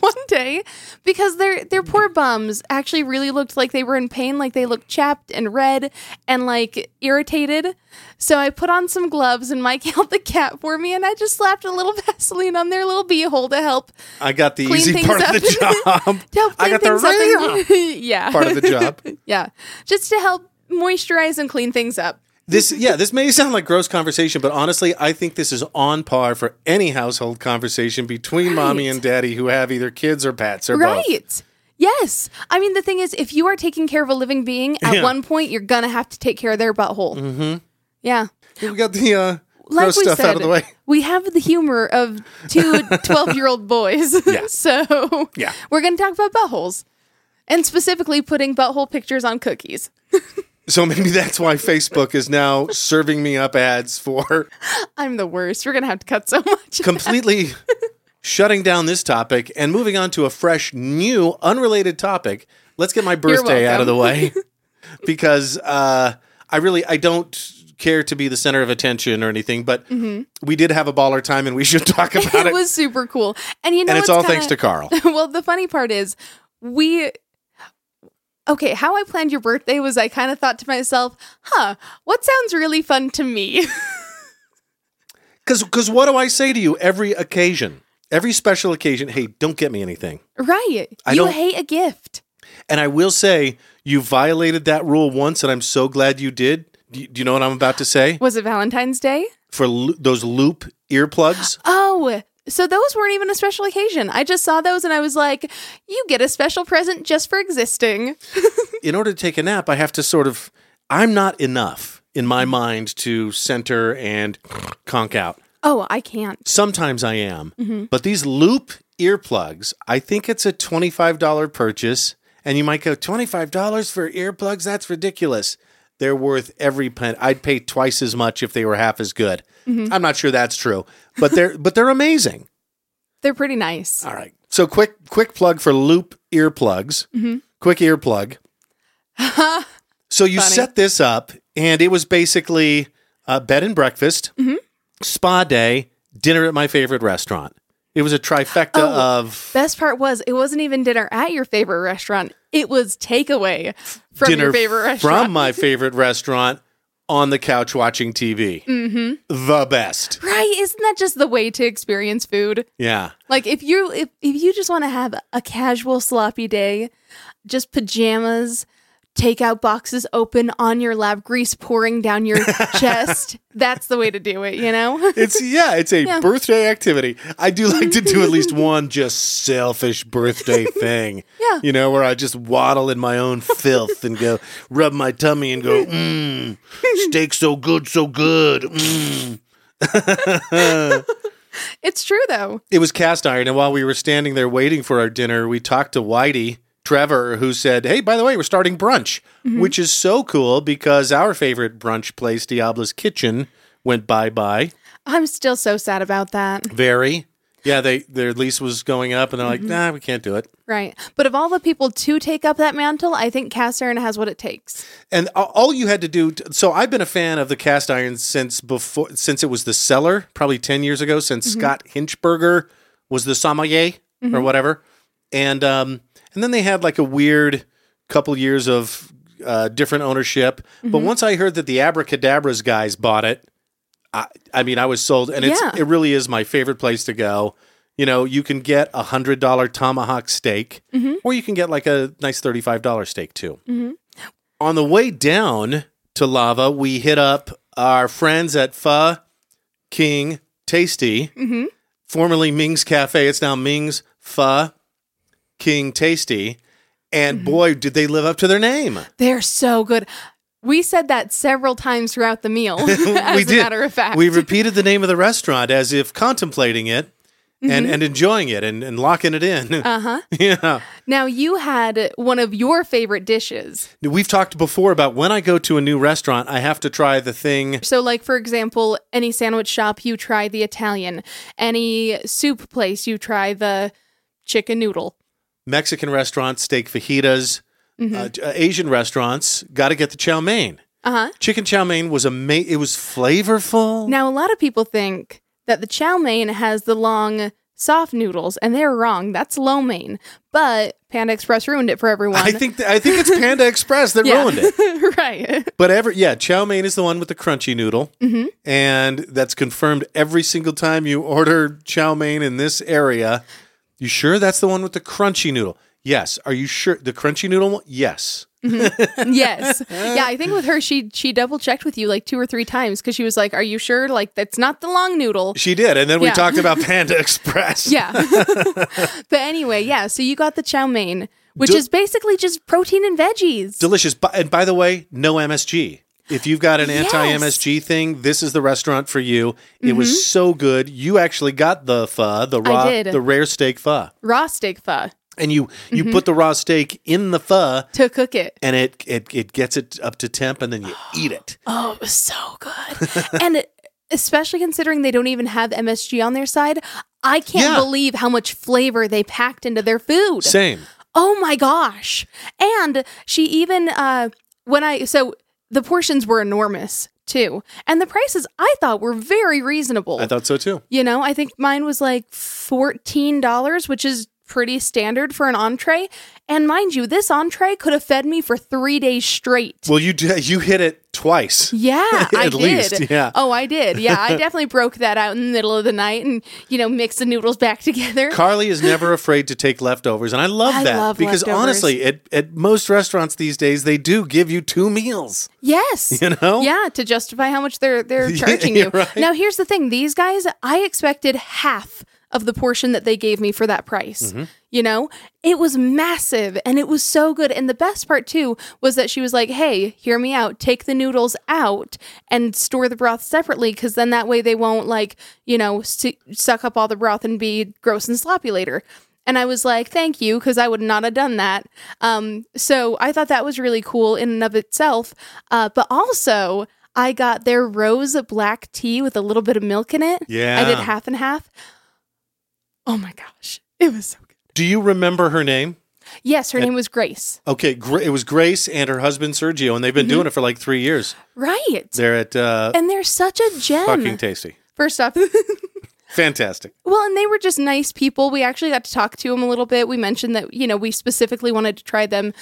S2: one day because their their poor bums actually really looked like they were in pain like they looked chapped and red and like irritated so i put on some gloves and mike held the cat for me and i just slapped a little vaseline on their little beehole to help
S1: I got the
S2: Clean
S1: easy
S2: things
S1: part
S2: up.
S1: of the job.
S2: to help
S1: I
S2: clean
S1: got the
S2: things up
S1: rare
S2: and- yeah
S1: part of the job.
S2: yeah just to help moisturize and clean things up
S1: This yeah, this may sound like gross conversation, but honestly, I think this is on par for any household conversation between mommy and daddy who have either kids or pets or both.
S2: Right. Yes. I mean, the thing is, if you are taking care of a living being, at
S1: Yeah.
S2: one point, you're going to have to take care of their butthole. Mm-hmm. Yeah.
S1: We got the uh,
S2: Like
S1: gross
S2: we
S1: stuff
S2: said,
S1: out of the way.
S2: we have the humor of two 12 year old boys.
S1: Yeah.
S2: so
S1: Yeah.
S2: we're going to talk about buttholes and specifically putting butthole pictures on cookies.
S1: So maybe that's why Facebook is now serving me up ads for
S2: I'm the worst. We're going to have to cut so much.
S1: completely shutting down this topic and moving on to a fresh, new, unrelated topic. Let's get my birthday out of the way because uh, I really I don't care to be the center of attention or anything. But we did have a baller time, and we should talk about it.
S2: Mm-hmm. it was super cool. And you know,
S1: and it's all thanks
S2: kinda-
S1: to Carl.
S2: well, the funny part is we Okay, how I planned your birthday was I kind of thought to myself, "Huh, what sounds really fun to me?"
S1: Because because what do I say to you every occasion? Every special occasion, hey, don't get me anything.
S2: right.
S1: I
S2: you
S1: don't-
S2: hate a gift.
S1: And I will say, you violated that rule once, and I'm so glad you did. Do you, do you know what I'm about to say?
S2: Was it Valentine's Day?
S1: For lo- those loop earplugs,
S2: Oh, so those weren't even a special occasion. I just saw those and I was like, "You get a special present just for existing."
S1: in order to take a nap, I have to sort of, I'm not enough in my mind to center and conk out.
S2: Oh, I can't.
S1: Sometimes I am. But these loop earplugs, I think it's a $25 purchase. And you might go, $25 for earplugs? That's ridiculous. They're worth every penny. I'd pay twice as much if they were half as good. I'm not sure that's true, but they're but they're amazing.
S2: They're pretty nice.
S1: All right. So quick quick plug for loop earplugs.
S2: Mm-hmm.
S1: Quick earplug. so you
S2: Funny.
S1: set this up, and it was basically uh, bed and breakfast,
S2: Mm-hmm.
S1: spa day, dinner at my favorite restaurant. It was a trifecta
S2: Oh,
S1: of
S2: Best part was it wasn't even dinner at your favorite restaurant. It was takeaway from
S1: dinner
S2: your favorite restaurant.
S1: from my favorite restaurant on the couch watching TV. Mm-hmm. The best.
S2: Right? Isn't that just the way to experience food?
S1: Yeah.
S2: Like if you if, if you just want to have a casual sloppy day, just pajamas, takeout boxes open on your lap, grease pouring down your chest. That's the way to do it, you know?
S1: It's yeah, it's a birthday activity. I do like to do at least one just selfish birthday thing.
S2: Yeah.
S1: You know, where I just waddle in my own filth and go rub my tummy and go, "Mm, mmm, steak so good, so good. Mmm.
S2: It's true though.
S1: It was cast iron, and while we were standing there waiting for our dinner, we talked to Whitey Trevor, who said, "Hey, by the way, we're starting brunch," which is so cool because our favorite brunch place, Diablo's Kitchen, went bye bye.
S2: I'm still so sad about that.
S1: Very, yeah. They their lease was going up, and they're like, "Nah, we can't do it."
S2: Right. But of all the people to take up that mantle, I think Cass Aaron has what it takes.
S1: And a- all you had to do. t- so I've been a fan of the cast iron since before, since it was the cellar, probably ten years ago. Since Scott Hinchberger was the sommelier or whatever, and um, and then they had like a weird couple years of uh, different ownership. But once I heard that the Abracadabras guys bought it, I, I mean, I was sold, and it's
S2: Yeah.
S1: it really is my favorite place to go. You know, you can get a hundred dollar tomahawk steak, or you can get like a nice thirty five dollar steak too. On the way down to Lava, we hit up our friends at Pho King Tasty,
S2: Mm-hmm.
S1: formerly Ming's Cafe. It's now Ming's Pho King Tasty, and
S2: Mm-hmm.
S1: boy, did they live up to their name!
S2: They're so good. We said that several times throughout the meal. as
S1: we
S2: a
S1: did.
S2: matter of fact.
S1: We repeated the name of the restaurant as if contemplating it and,
S2: Mm-hmm.
S1: and enjoying it and, and locking it in. Uh-huh. yeah.
S2: now you had one of your favorite dishes.
S1: We've talked before about when I go to a new restaurant, I have to try the thing.
S2: So, like for example, any sandwich shop, you try the Italian. Any soup place, you try the chicken noodle.
S1: Mexican restaurants, steak fajitas,
S2: Mm-hmm.
S1: uh, j- uh, Asian restaurants, got to get the chow mein.
S2: Uh huh.
S1: Chicken chow mein was amazing. It was flavorful.
S2: Now, a lot of people think that the chow mein has the long soft noodles, and they're wrong. That's lo mein. But Panda Express ruined it for everyone.
S1: I think th- I think it's Panda Express that
S2: Yeah.
S1: ruined it.
S2: right.
S1: But ever, yeah, chow mein is the one with the crunchy noodle, mm-hmm. and that's confirmed every single time you order chow mein in this area. You sure that's the one with the crunchy noodle? Yes. Are you sure the crunchy noodle one? Yes.
S2: yes. Yeah, I think with her, she she double checked with you like two or three times because she was like, "Are you sure? Like that's not the long noodle."
S1: She did, and then we
S2: Yeah.
S1: talked about Panda Express.
S2: Yeah. but anyway, yeah. So you got the chow mein, which
S1: Do-
S2: is basically just protein and veggies.
S1: delicious. Bu- And by the way, no MSG. If you've got an anti-MSG thing, this is the restaurant for you. It was so good. You actually got the pho, the raw,
S2: Mm-hmm. did.
S1: the rare steak pho,
S2: Raw steak pho
S1: and you you
S2: Mm-hmm.
S1: put the raw steak in the pho.
S2: to cook it.
S1: and it it it gets it up to temp, and then you eat it.
S2: Oh, it was so good. and it- especially considering they don't even have MSG on their side, I can't
S1: Yeah.
S2: believe how much flavor they packed into their food.
S1: Same.
S2: Oh my gosh. And she even uh when I so the portions were enormous too. And the prices I thought were very reasonable.
S1: I thought so too.
S2: you know, I think mine was like $14, which is pretty standard for an entree. And mind you, this entree could have fed me for 3 days straight.
S1: Well, you d- you hit it twice.
S2: Yeah, I
S1: At
S2: did.
S1: least, yeah.
S2: Oh, I did. Yeah, I definitely broke that out in the middle of the night and, you know, mixed the noodles back together.
S1: Carly is never afraid to take leftovers, and I love
S2: I
S1: that
S2: love
S1: because
S2: leftovers.
S1: honestly, at at most restaurants these days, they do give you two meals.
S2: Yes.
S1: You know?
S2: Yeah, to justify how much they're they're
S1: Yeah,
S2: charging
S1: you're
S2: you.
S1: right.
S2: Now here's the thing. These guys, I expected half of the portion that they gave me for that price.
S1: Mm-hmm.
S2: You know? It was massive and it was so good. And the best part too was that she was like, Hey, hear me out. Take the noodles out and store the broth separately because then that way they won't like, you know, su- suck up all the broth and be gross and sloppy later. And I was like, thank you, because I would not have done that. Um, so I thought that was really cool in and of itself. Uh, but also, I got their rose black tea with a little bit of milk in it.
S1: Yeah.
S2: I did half and half. Oh my gosh. It was so good.
S1: Do you remember her name?
S2: Yes, her name was Grace.
S1: Okay, Gra- it was Grace and her husband Sergio, and they've been doing it for like three years.
S2: Right.
S1: They're at uh,
S2: Mm-hmm. and they're such a
S1: fucking
S2: gem.
S1: tasty,
S2: First off,
S1: fantastic.
S2: Well, and they were just nice people. We actually got to talk to them a little bit. We mentioned that, you know, we specifically wanted to try them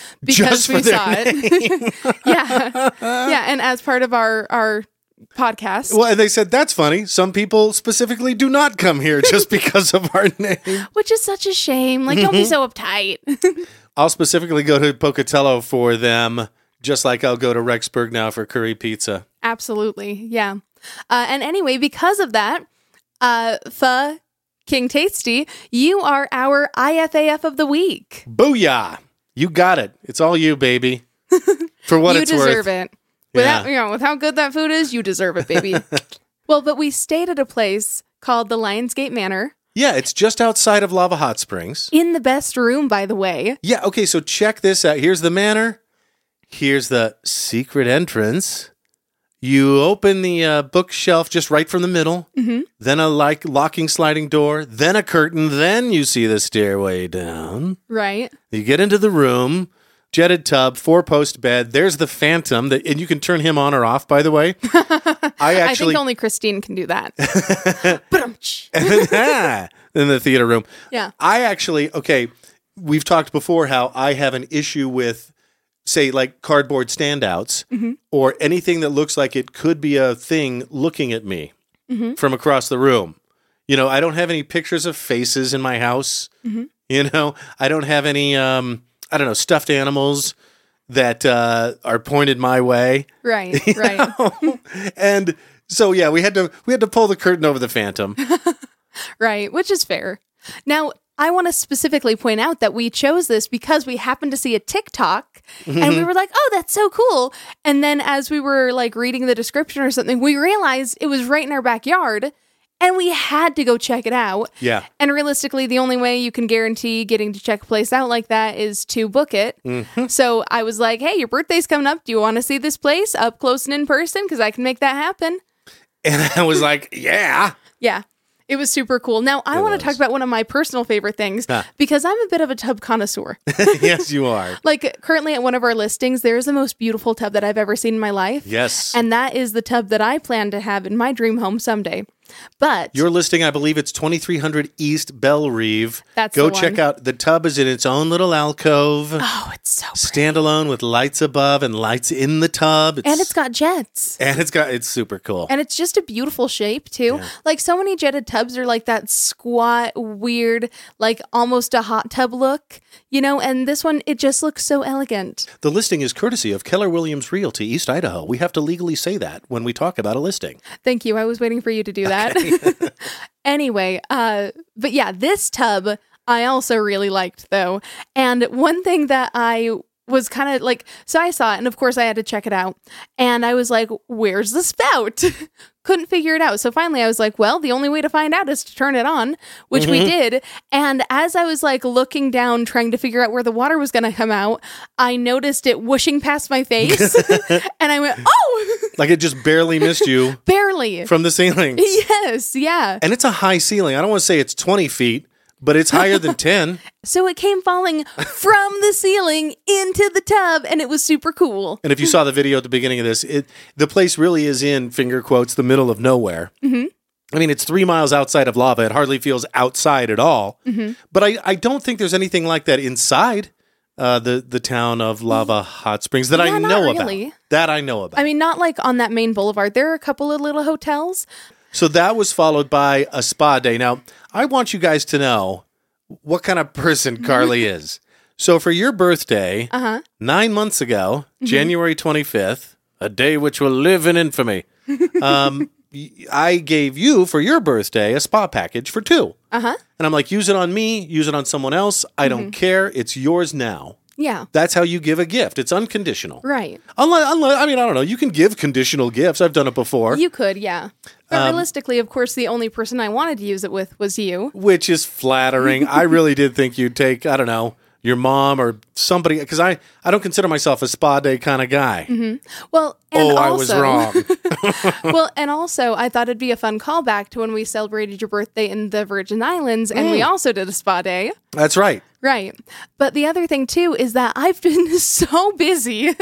S1: Just
S2: because
S1: for
S2: we
S1: their
S2: saw it. yeah. Yeah. And as part of our, our podcast,
S1: Well, and they said that's funny. Some people specifically do not come here just because of our name.
S2: which is such a shame. Like,
S1: Mm-hmm.
S2: don't be so uptight.
S1: I'll specifically go to Pocatello for them, just like I'll go to Rexburg now for curry pizza.
S2: Absolutely. Yeah. Uh, and anyway, because of that, uh, Pho King Tasty, you are our IFAF of the week.
S1: Booyah! You got it. It's all you, baby. For what
S2: you
S1: it's
S2: deserve
S1: worth.
S2: it. Without
S1: Yeah.
S2: you know, with how good that food is, you deserve it, baby. well, but we stayed at a place called the Lionsgate Manor
S1: Yeah, it's just outside of Lava Hot Springs.
S2: in the best room, by the way.
S1: Yeah, okay, so check this out. Here's the manor. Here's the secret entrance. You open the uh, bookshelf just right from the middle, mm-hmm. then a like locking sliding door, then a curtain, then you see the stairway down.
S2: Right.
S1: You get into the room, jetted tub, four post bed. There's the phantom that, and you can turn him on or off. By the way, I
S2: I
S1: actually
S2: think only Christine can do that. Ba-dum-tsh.
S1: in the theater room.
S2: yeah.
S1: I actually okay. We've talked before how I have an issue with, say, like cardboard standouts or anything that looks like it could be a thing looking at me from across the room. You know, I don't have any pictures of faces in my house. You know, I don't have any, um, I don't know, stuffed animals that uh, are pointed my way.
S2: Right. Right.
S1: and so, yeah, we had to we had to pull the curtain over the phantom.
S2: Right, which is fair. Now, I want to specifically point out that we chose this because we happened to see a TikTok and we were like, oh, that's so cool. And then as we were like reading the description or something, we realized it was right in our backyard and we had to go check it out.
S1: Yeah.
S2: And realistically, the only way you can guarantee getting to check a place out like that is to book it. So I was like, hey, your birthday's coming up. Do you want to see this place up close and in person? Because I can make that happen.
S1: And I was like, yeah.
S2: Yeah. It was super cool. Now, I want to talk about one of my personal favorite things
S1: Huh.
S2: because I'm a bit of a tub connoisseur.
S1: yes, you are.
S2: like, currently at one of our listings, there is the most beautiful tub that I've ever seen in my life.
S1: Yes.
S2: And that is the tub that I plan to have in my dream home someday. But
S1: Your listing, I believe it's 2300 East Bell Reeve.
S2: That's
S1: Go
S2: the
S1: check
S2: one.
S1: out the tub is in its own little alcove,
S2: oh, it's so pretty.
S1: standalone with lights above and lights in the tub. It's,
S2: And it's got jets.
S1: and it's got it's super cool.
S2: And it's just a beautiful shape, too. Like, so many jetted tubs are like that squat, weird, like almost a hot tub look, you know? And this one, it just looks so elegant.
S1: the listing is courtesy of Keller Williams Realty, East Idaho. We have to legally say that when we talk about a listing.
S2: Thank you. I was waiting for you to do that. anyway, uh, but yeah, this tub I also really liked though. And one thing that I was kind of like, so I saw it, and of course I had to check it out. And I was like, where's the spout? Couldn't figure it out. So finally I was like, well, the only way to find out is to turn it on, which we did. And as I was like looking down, trying to figure out where the water was going to come out, I noticed it whooshing past my face. and I went, oh,
S1: Like it just barely missed you
S2: barely.
S1: from the ceiling.
S2: Yes, yeah.
S1: And it's a high ceiling. I don't want to say it's 20 feet, but it's higher than 10.
S2: So it came falling from the ceiling into the tub, and it was super cool.
S1: And if you saw the video at the beginning of this, it the place really is in finger quotes the middle of nowhere. Mm-hmm. I mean, it's three miles outside of lava. It hardly feels outside at all.
S2: Mm-hmm.
S1: But I, I don't think there's anything like that inside uh, the the town of Lava Hot Springs that
S2: Yeah,
S1: I
S2: not
S1: know
S2: really.
S1: about. That I know about.
S2: I mean, not like on that main boulevard. There are a couple of little hotels.
S1: so that was followed by a spa day. Now I want you guys to know what kind of person Carly is. So for your birthday,
S2: Uh-huh.
S1: nine months ago, January twenty fifth.
S4: A day which will live in infamy.
S1: um, y- I gave you for your birthday a spa package for two.
S2: Uh huh.
S1: And I'm like, use it on me, use it on someone else. I don't care. It's yours now.
S2: Yeah.
S1: That's how you give a gift. It's unconditional.
S2: Right.
S1: Unless, unless, I mean, I don't know. You can give conditional gifts. I've done it before,
S2: You could, yeah.
S1: Um,
S2: But realistically, of course, the only person I wanted to use it with was you.
S1: which is flattering. I really did think you'd take, I don't know, your mom or somebody, because I, I don't consider myself a spa day kind of guy.
S2: Well, and
S1: Oh,
S2: also,
S1: I was wrong.
S2: well, and also, I thought it'd be a fun callback to when we celebrated your birthday in the Virgin Islands, and we also did a spa day.
S1: That's right.
S2: Right. But the other thing too is that I've been so busy.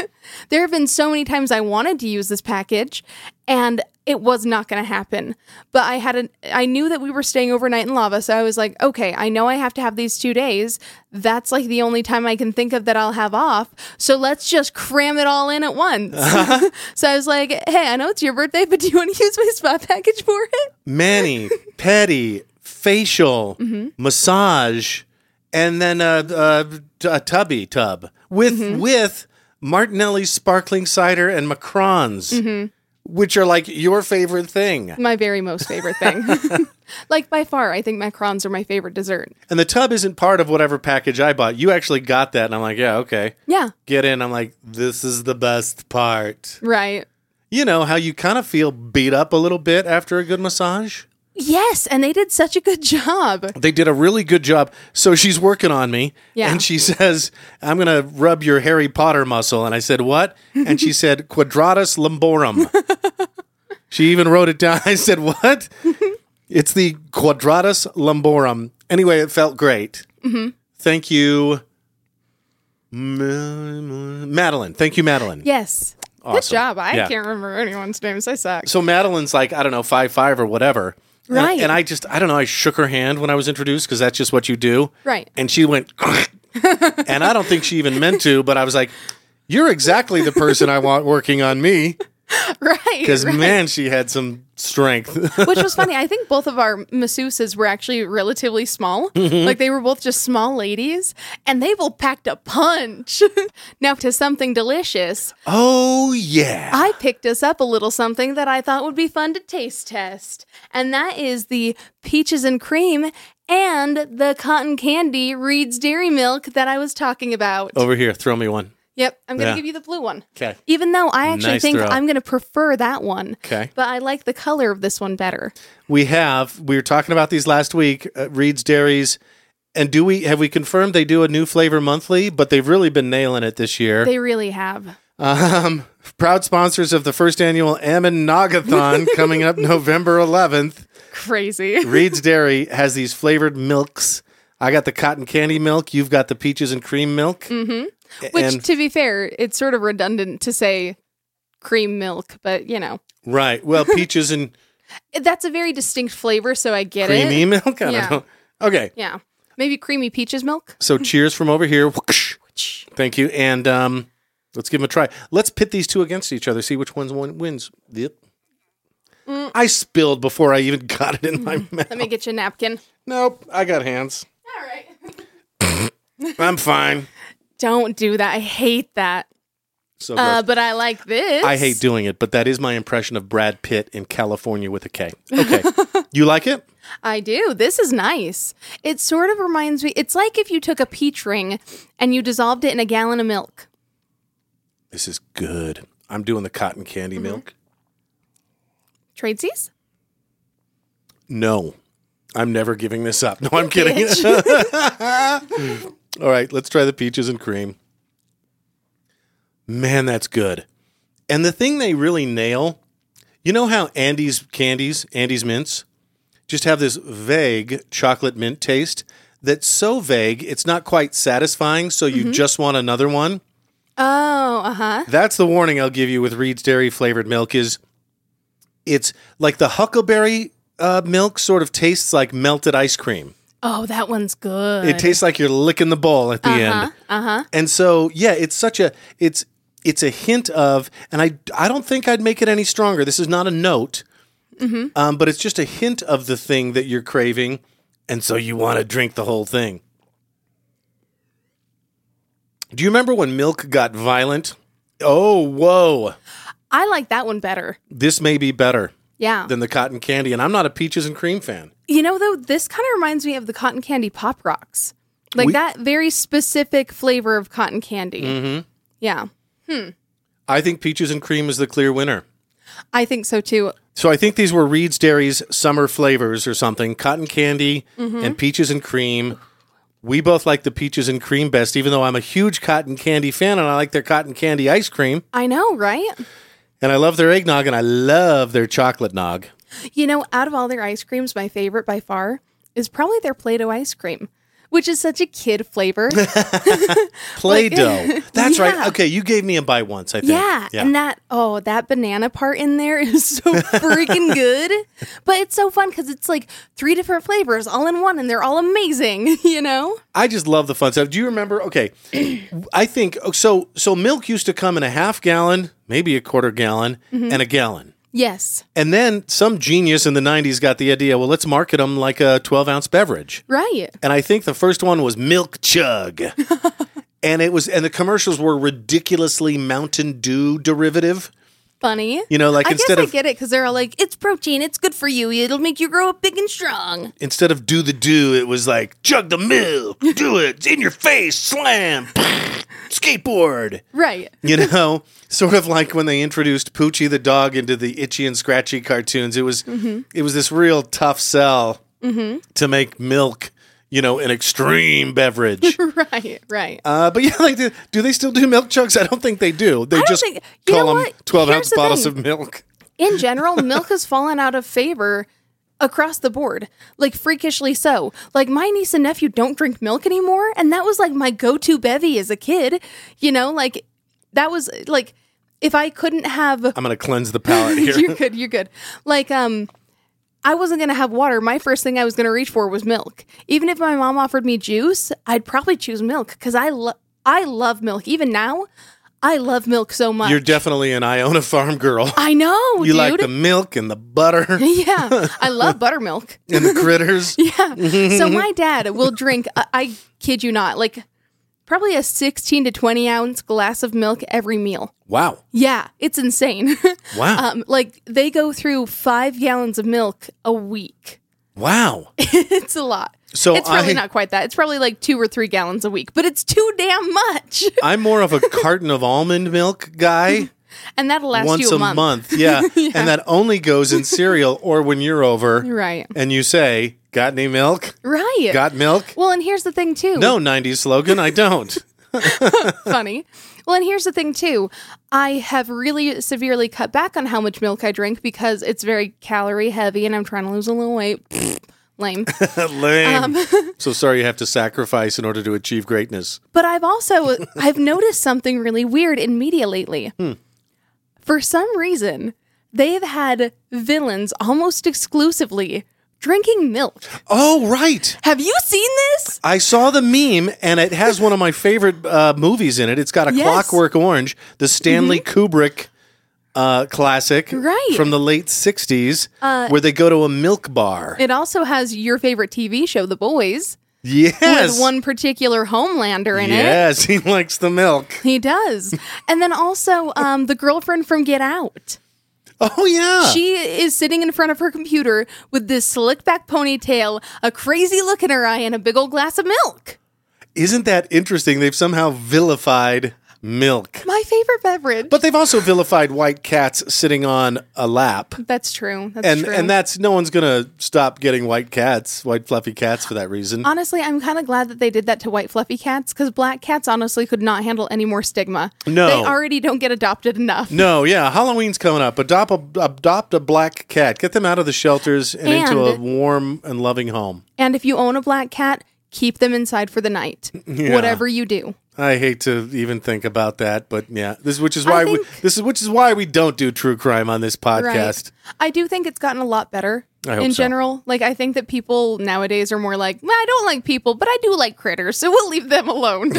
S2: there have been so many times I wanted to use this package and it was not going to happen. But I had an I knew that we were staying overnight in Lava, so I was like, okay, I know I have to have these 2 days. That's like the only time I can think of that I'll have off. So let's just cram it all in at once. so I was like, hey, I know it's your birthday, but do you want to use my spa package for it?
S1: Manny, petty, facial, massage, and then a, a, a tubby tub with with Martinelli's sparkling cider and macrons, which are like your favorite thing.
S2: My very most favorite thing. like by far, I think macrons are my favorite dessert.
S1: And the tub isn't part of whatever package I bought. You actually got that, and I'm like, yeah, okay,
S2: Yeah.
S1: get in. I'm like, this is the best part.
S2: Right.
S1: You know how you kind of feel beat up a little bit after a good massage.
S2: Yes, and they did such a good job.
S1: They did a really good job. So she's working on me.
S2: Yeah.
S1: And she says, I'm going to rub your Harry Potter muscle. And I said, What? And she said, Quadratus lumborum. she even wrote it down. I said, What? it's the Quadratus lumborum. Anyway, it felt great. Thank you, M- Madeline. Thank you, Madeline.
S2: Yes. Good
S1: Awesome.
S2: job. I
S1: Yeah.
S2: can't remember anyone's names. I suck.
S1: So Madeline's like, I don't know, five five or whatever. And-
S2: Right.
S1: And, I just, I don't know, I shook her hand when I was introduced because that's just what you do.
S2: Right.
S1: And she went, and I don't think she even meant to, but I was like, you're exactly the person I want working on me
S2: right.
S1: because
S2: right.
S1: man, she had some strength.
S2: Which was funny. I think both of our masseuses were actually relatively small.
S1: Mm-hmm.
S2: Like they were both just small ladies and they both packed a punch. now, to something delicious,
S1: oh yeah.
S2: I picked us up a little something that I thought would be fun to taste test. And that is the peaches and cream and the cotton candy Reed's Dairy Milk that I was talking about.
S1: Over here, throw me one.
S2: Yep, I'm going to
S1: Yeah.
S2: give you the blue one.
S1: 'Kay.
S2: Even though I actually
S1: Nice
S2: think
S1: throw.
S2: I'm going to prefer that one.
S1: 'Kay.
S2: But I like the color of this one better.
S1: We have, we were talking about these last week, uh, Reed's Dairies. And do we, have we confirmed they do a new flavor monthly, but they've really been nailing it this year.
S2: They really have.
S1: Um, proud sponsors of the first annual Ammon Nagathon coming up November 11th.
S2: Crazy.
S1: Reed's Dairy has these flavored milks. I got the cotton candy milk. You've got the peaches and cream milk. Mm-hmm.
S2: Which,
S1: and
S2: to be fair, it's sort of redundant to say cream milk, but you know,
S1: right, well, peaches and
S2: that's a very distinct flavor, so I get
S1: creamy
S2: it.
S1: milk. I
S2: Eh? Yeah.
S1: don't know. Okay,
S2: Yeah. Maybe creamy peaches milk?
S1: so cheers from over here. Whoosh. Thank you, and um, let's give them a try. Let's pit these two against each other. See which one's one wins. Yep.
S2: Mm.
S1: I spilled before I even got it in my mouth.
S2: Let me get you a napkin.
S1: Nope, I got hands.
S2: All right.
S1: I'm fine.
S2: Don't do that. I hate that.
S1: So
S2: Uh,
S1: gross.
S2: but I like this.
S1: I hate doing it, but that is my impression of Brad Pitt in California with a K. Okay. you like it?
S2: I do. This is nice. It sort of reminds me. It's like if you took a peach ring and you dissolved it in a gallon of milk.
S1: This is good. I'm doing the cotton candy milk.
S2: Tradesies?
S1: No. I'm never giving this up. No, I'm kidding.
S2: Bitch.
S1: All right, let's try the peaches and cream. Man, that's good. And the thing they really nail, you know how Andy's candies, Andy's mints, just have this vague chocolate mint taste that's so vague, it's not quite satisfying. So you just want another one.
S2: oh, uh huh.
S1: That's the warning I'll give you with Reed's Dairy flavored milk is it's like the huckleberry uh, milk sort of tastes like melted ice cream.
S2: Oh, that one's good.
S1: It tastes like you're licking the bowl at the end. Uh-huh. And so, yeah, it's such a it's it's a hint of and I I don't think I'd make it any stronger. This is not a note. Um, but it's just a hint of the thing that you're craving and so you want to drink the whole thing. Do you remember when milk got violent? Oh, whoa.
S2: I like that one better.
S1: This may be better
S2: Yeah.
S1: than the cotton candy and I'm not a peaches and cream fan.
S2: You know, though, this kind of reminds me of the cotton candy pop rocks, like
S1: We-
S2: that very specific flavor of cotton candy.
S1: Mm-hmm.
S2: Yeah,
S1: I think peaches and cream is the clear winner.
S2: I think so too.
S1: So I think these were Reed's Dairy's summer flavors or something: cotton candy
S2: Mm-hmm.
S1: and peaches and cream. We both like the peaches and cream best, even though I'm a huge cotton candy fan and I like their cotton candy ice cream
S2: I know, right?
S1: and I love their eggnog and I love their chocolate nog.
S2: You know, out of all their ice creams, my favorite by far is probably their Play Doh ice cream, which is such a kid flavor.
S1: Play Doh. That's
S2: Yeah.
S1: right. Okay, you gave me a bite once, I think.
S2: yeah. And that, oh, that banana part in there is so freaking good. But it's so fun because it's like three different flavors all in one and they're all amazing, you know?
S1: I just love the fun stuff. Do you remember? Okay, I think oh, so. So milk used to come in a half gallon, maybe a quarter gallon, and a gallon.
S2: Yes.
S1: And then some genius in the 90s got the idea well, let's market them like a 12 ounce beverage.
S2: Right.
S1: And I think the first one was Milk Chug. and it was, and the commercials were ridiculously Mountain Dew derivative.
S2: Funny.
S1: You know, like
S2: I
S1: instead
S2: guess
S1: of
S2: I get it because they're all like, "It's protein. It's good for you. It'll make you grow up big and strong."
S1: instead of do the do, it was like chug the milk, do it, it's in your face, slam. skateboard.
S2: Right.
S1: You know, sort of like when they introduced Poochie the dog into the Itchy and Scratchy cartoons. It was
S2: Mm-hmm.
S1: it was this real tough sell to make milk, you know, an extreme beverage.
S2: Right. Right.
S1: uh, but yeah, like, do- do they still do milk chugs? I don't think they do. They just
S2: think- you
S1: call
S2: know
S1: them
S2: what?
S1: twelve
S2: Here's
S1: ounce
S2: the
S1: bottles
S2: thing.
S1: of milk.
S2: in general, milk has fallen out of favor across the board, like freakishly so. Like my niece and nephew don't drink milk anymore, and that was like my go-to bevy as a kid. You know, like that was like if I couldn't have
S1: I'm gonna cleanse the palate here.
S2: you're good, you're good. Like um I wasn't gonna have water. My first thing I was gonna reach for was milk. Even if my mom offered me juice, I'd probably choose milk because I love I love milk. Even now, I love milk so much.
S1: You're definitely an Iona farm girl.
S2: I know,
S1: You
S2: Oh, dude.
S1: like the milk and the butter
S2: Yeah, I love buttermilk.
S1: and the critters.
S2: So my dad will drink. I, I kid you not, like probably a sixteen to twenty ounce glass of milk every meal.
S1: Wow.
S2: Yeah, it's insane.
S1: Wow.
S2: um, like they go through five gallons of milk a week.
S1: wow.
S2: It's a lot.
S1: So
S2: it's probably
S1: I-
S2: not quite that. It's probably like two or three gallons a week, but it's too damn much,
S1: I'm more of a carton of almond milk guy
S2: and that'll last
S1: once
S2: you a,
S1: a month. Yeah. And that only goes in cereal or when you're over
S2: Right,
S1: and you say, Got any milk?
S2: right.
S1: Got milk?
S2: well, and here's the thing too.
S1: No 90s slogan. I don't.
S2: funny. Well, and here's the thing too. I have really severely cut back on how much milk I drink because it's very calorie heavy and I'm trying to lose a little weight. Lame.
S1: Lame. so sorry you have to sacrifice in order to achieve greatness.
S2: But I've also I've noticed something really weird in media lately.
S1: Hmm.
S2: For some reason, they've had villains almost exclusively drinking milk.
S1: Oh, right.
S2: Have you seen this?
S1: I saw the meme, and it has one of my favorite uh, movies in it. It's got a
S2: Yes.
S1: Clockwork Orange, the Stanley Kubrick uh, classic,
S2: Right.
S1: from the late '60s, where they go to a milk bar.
S2: It also has your favorite TV show, The Boys,
S1: yes,
S2: with one particular Homelander in it.
S1: yes, he likes the milk.
S2: He does. and then also um, the girlfriend from Get Out.
S1: Oh yeah,
S2: She is sitting in front of her computer with this slick back ponytail, a crazy look in her eye, and a big old glass of milk.
S1: isn't that interesting? They've somehow vilified milk,
S2: My favorite beverage.
S1: but they've also vilified white cats sitting on a lap.
S2: that's true. That's
S1: And,
S2: true.
S1: and that's no one's gonna stop getting white cats, white fluffy cats for that reason.
S2: honestly, I'm kind of glad that they did that to white fluffy cats because black cats honestly could not handle any more stigma.
S1: No.
S2: they already don't get adopted enough.
S1: No, yeah, Halloween's coming up. Adopt a, adopt a black cat. Get them out of the shelters and, into a
S2: And-
S1: warm and loving home.
S2: And if you own a black cat, keep them inside for the night. Whatever you do.
S1: I hate to even think about that, but yeah, this which is why we,
S2: think-
S1: this is which is why we don't do true crime on this podcast.
S2: Right. I do think it's gotten a lot better
S1: I hope
S2: in
S1: so.
S2: general. Like I think that people nowadays are more like, "Well, I don't like people, but I do like critters, so we'll leave them alone.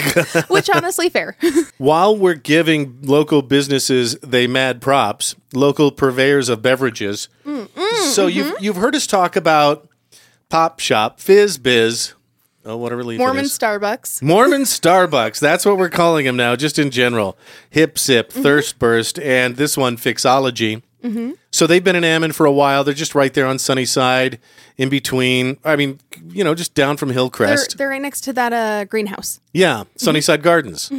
S2: Which honestly fair.
S1: While we're giving local businesses they mad props, local purveyors of beverages. so
S2: mm-hmm.
S1: you've you've heard us talk about Pop Shop, Fizz Biz. Oh, what a relief! it
S2: Mormon
S1: is.
S2: Starbucks.
S1: Mormon Starbucks. That's what we're calling them now, just in general. Hip Sip,
S2: Mm-hmm.
S1: Thirst Burst, and this one, Fixology. So they've been in Ammon for a while. They're just right there on Sunnyside, in between. I mean, you know, just down from
S2: They're,
S1: Hillcrest.
S2: they're right next to that uh, greenhouse.
S1: yeah, Sunnyside Gardens.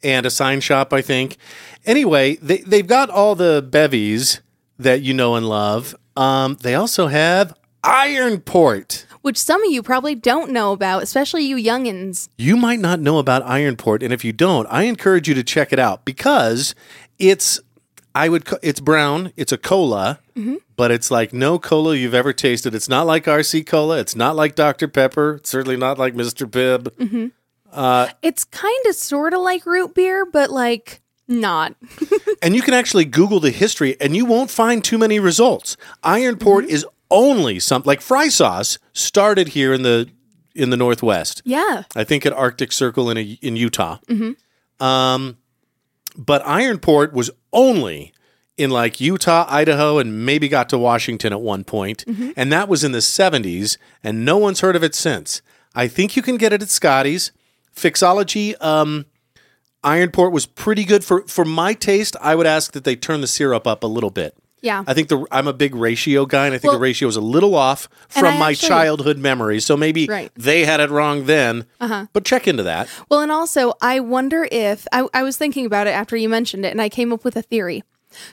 S1: And a sign shop, I think. Anyway, they, they've got all the bevies that you know and love. Um, they also have Ironport.
S2: Which some of you probably don't know about, especially you youngins.
S1: you might not know about Ironport, and if you don't, I encourage you to check it out because it's I would ca- it's brown, it's a cola, but it's like no cola you've ever tasted. It's not like RC cola, it's not like Dr Pepper, it's certainly not like Mr Pibb.
S2: It's kind of sort of like root beer, but like not.
S1: And you can actually Google the history, and you won't find too many results. Ironport is only some like fry sauce started here in the in the Northwest.
S2: Yeah.
S1: I think at Arctic Circle in a, in Utah. Um,
S2: Mm-hmm.
S1: but Ironport was only in like Utah, Idaho, and maybe got to Washington at one point,
S2: Mm-hmm.
S1: and that was in the '70s, and no one's heard of it since. I think you can get it at Scotty's. Fixology, um, Ironport was pretty good for for my taste. I would ask that they turn the syrup up a little bit.
S2: Yeah.
S1: I think the I'm a big ratio guy, and I think
S2: Well-
S1: the ratio is a little off
S2: And
S1: from
S2: I
S1: my
S2: actually-
S1: childhood memories. So maybe
S2: Right. Uh-huh.
S1: they had it wrong then. But check into that.
S2: Well, and also, I wonder if I, I was thinking about it after you mentioned it, and I came up with a theory.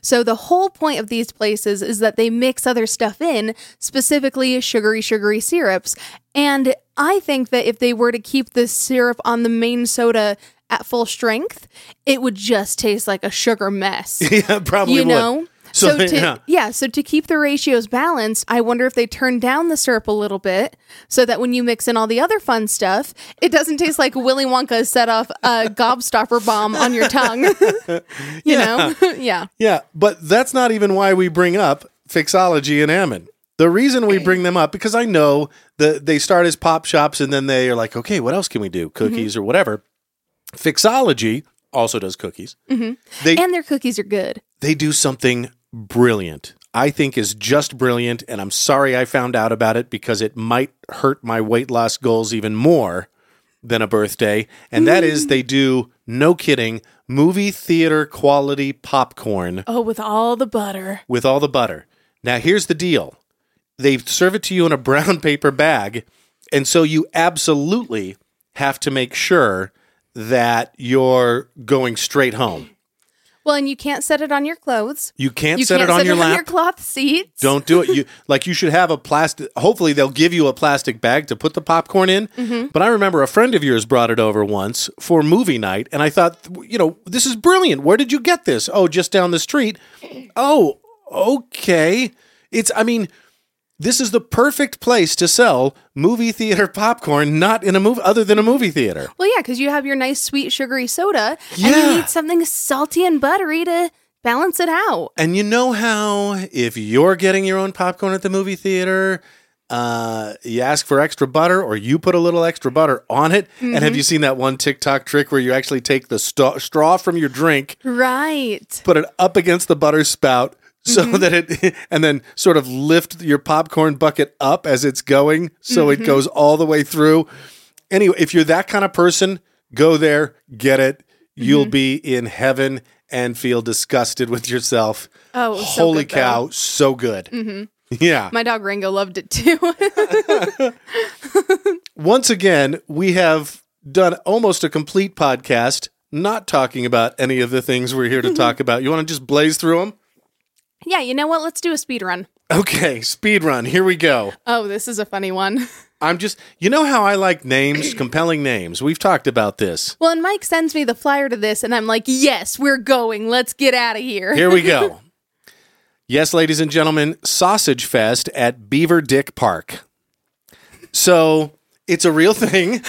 S2: So, the whole point of these places is that they mix other stuff in, specifically sugary, sugary syrups. And I think that if they were to keep this syrup on the main soda at full strength, it would just taste like a sugar mess.
S1: yeah, probably.
S2: you
S1: Oh, would.
S2: know
S1: So,
S2: so, to,
S1: yeah.
S2: yeah. so to keep the ratios balanced i wonder if they turn down the syrup a little bit so that when you mix in all the other fun stuff it doesn't taste like willy wonka set off a gobstopper bomb on your tongue you know yeah
S1: Yeah, but that's not even why we bring up Fixology and Ammon. The reason we bring them up because I know that they start as pop shops and then they are like, okay, what else can we
S2: Mm-hmm.
S1: do? Cookies or whatever. Fixology also does cookies. They
S2: Mm-hmm. and their cookies are good
S1: they do something brilliant. I think is just brilliant, and I'm sorry I found out about it because it might hurt my weight loss goals even more than a birthday. And that is, they do no kidding movie theater quality popcorn
S2: oh with all the butter
S1: with all the butter. Now, here's the deal they serve it to you in a brown paper bag. And so you absolutely have to make sure that you're going straight home.
S2: well and you can't set it on your clothes
S1: You can't
S2: you
S1: set
S2: can't
S1: it on
S2: set
S1: your
S2: it
S1: lap.
S2: on your cloth seats
S1: Don't do it. You like you should have a plastic. Hopefully, they'll give you a plastic bag to put the popcorn in. But I remember a friend of yours brought it over once for movie night, and I thought, you know, this is brilliant. Where did you get this? Oh, just down the street. Oh, okay. It's. I mean, this is the perfect place to sell movie theater popcorn, not in a movie other than a movie theater.
S2: well yeah because you have your nice sweet sugary soda and
S1: Yeah.
S2: you need something salty and buttery to balance it out
S1: And you know how if you're getting your own popcorn at the movie theater, uh, you ask for extra butter or you put a little extra butter on it. And have you seen that one TikTok trick where you actually take the sta- straw from your drink,
S2: right
S1: put it up against the butter spout so
S2: Mm-hmm.
S1: that it, and then sort of lift your popcorn bucket up as it's going so
S2: Mm-hmm.
S1: it goes all the way through. Anyway, if you're that kind of person, go there, get it. You'll
S2: Mm-hmm.
S1: be in heaven and feel disgusted with yourself.
S2: Oh, it was so
S1: holy
S2: good, though. Mm-hmm.
S1: cow, so good. Yeah.
S2: My dog Ringo loved it too.
S1: Once again, we have done almost a complete podcast not talking about any of the things we're here to
S2: Mm-hmm.
S1: talk about. You want to just blaze through them?
S2: yeah, you know what? Let's do a speed run.
S1: Okay, speed run. Here we go.
S2: Oh, this is a funny one.
S1: I'm just, you know how I like names, compelling names. We've talked about this.
S2: Well, and Mike sends me the flyer to this, and I'm like, yes, we're going. Let's get out of here.
S1: Here we go. yes, ladies and gentlemen, Sausage Fest at Beaver Dick Park. So it's a real thing.